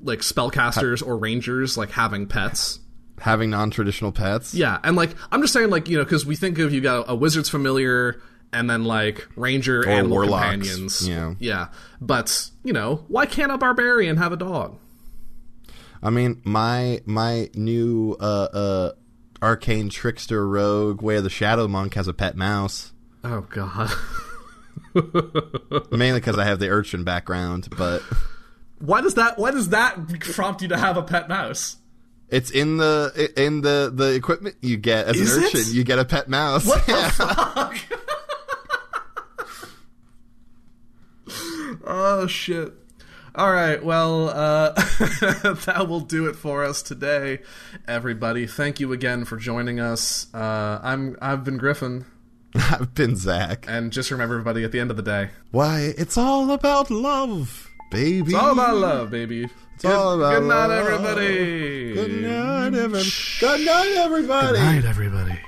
Speaker 3: like spellcasters or rangers like having pets.
Speaker 1: having non-traditional pets.
Speaker 3: Yeah, and like I'm just saying, like you know, because we think of you got a wizard's familiar, and then like ranger and animal
Speaker 1: warlocks,
Speaker 3: companions.
Speaker 1: yeah.
Speaker 3: yeah. But you know, why can't a barbarian have a dog?
Speaker 1: I mean, my my new uh, uh, arcane trickster rogue, Way of the Shadow Monk, has a pet mouse.
Speaker 3: Oh God,
Speaker 1: Mainly because I have the urchin background, but
Speaker 3: why does that? Why does that prompt you to have a pet mouse?
Speaker 1: it's in the in the the equipment you get as
Speaker 3: Is
Speaker 1: an
Speaker 3: it?
Speaker 1: urchin. You get a pet mouse. Yeah.
Speaker 3: Oh shit. All right, well, uh, that will do it for us today, everybody. Thank you again for joining us. Uh, I'm I've been Griffin,
Speaker 1: I've been Zach.
Speaker 3: and just remember, everybody, at the end of the day,
Speaker 1: Why? It's all about love, baby.
Speaker 3: it's all about love, baby.
Speaker 1: It's all about
Speaker 3: Good night,
Speaker 1: love.
Speaker 3: everybody.
Speaker 1: Good night, everybody. Mm-hmm. Good night, everybody.
Speaker 2: Good night, everybody.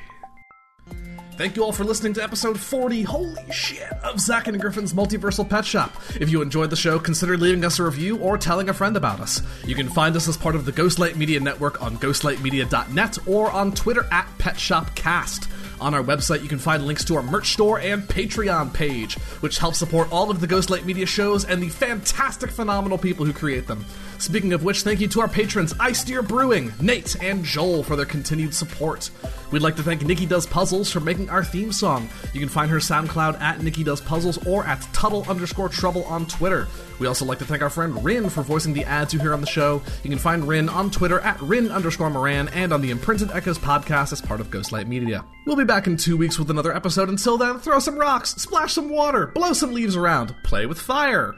Speaker 3: Thank you all for listening to episode 40, holy shit, of Zack and Griffin's Multiversal Pet Shop. If you enjoyed the show, consider leaving us a review or telling a friend about us. You can find us as part of the Ghostlight Media Network on ghostlightmedia.net or on Twitter at PetShopCast. On our website, you can find links to our merch store and Patreon page, which helps support all of the Ghostlight Media shows and the fantastic, phenomenal people who create them. Speaking of which, thank you to our patrons, Isteer Brewing, Nate, and Joel for their continued support. We'd like to thank Nikki Does Puzzles for making our theme song. You can find her SoundCloud at Nikki Does Puzzles or at Tuttle underscore Trouble on Twitter. We also like to thank our friend Rin for voicing the ads you hear on the show. You can find Rin on Twitter at Rin underscore Moran and on the Imprinted Echoes podcast as part of Ghostlight Media. We'll be back in two weeks with another episode. Until then, throw some rocks, splash some water, blow some leaves around, play with fire.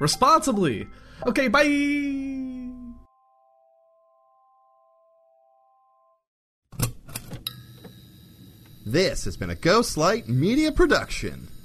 Speaker 3: Responsibly. Okay, bye!
Speaker 1: This has been a Ghostlight Media production.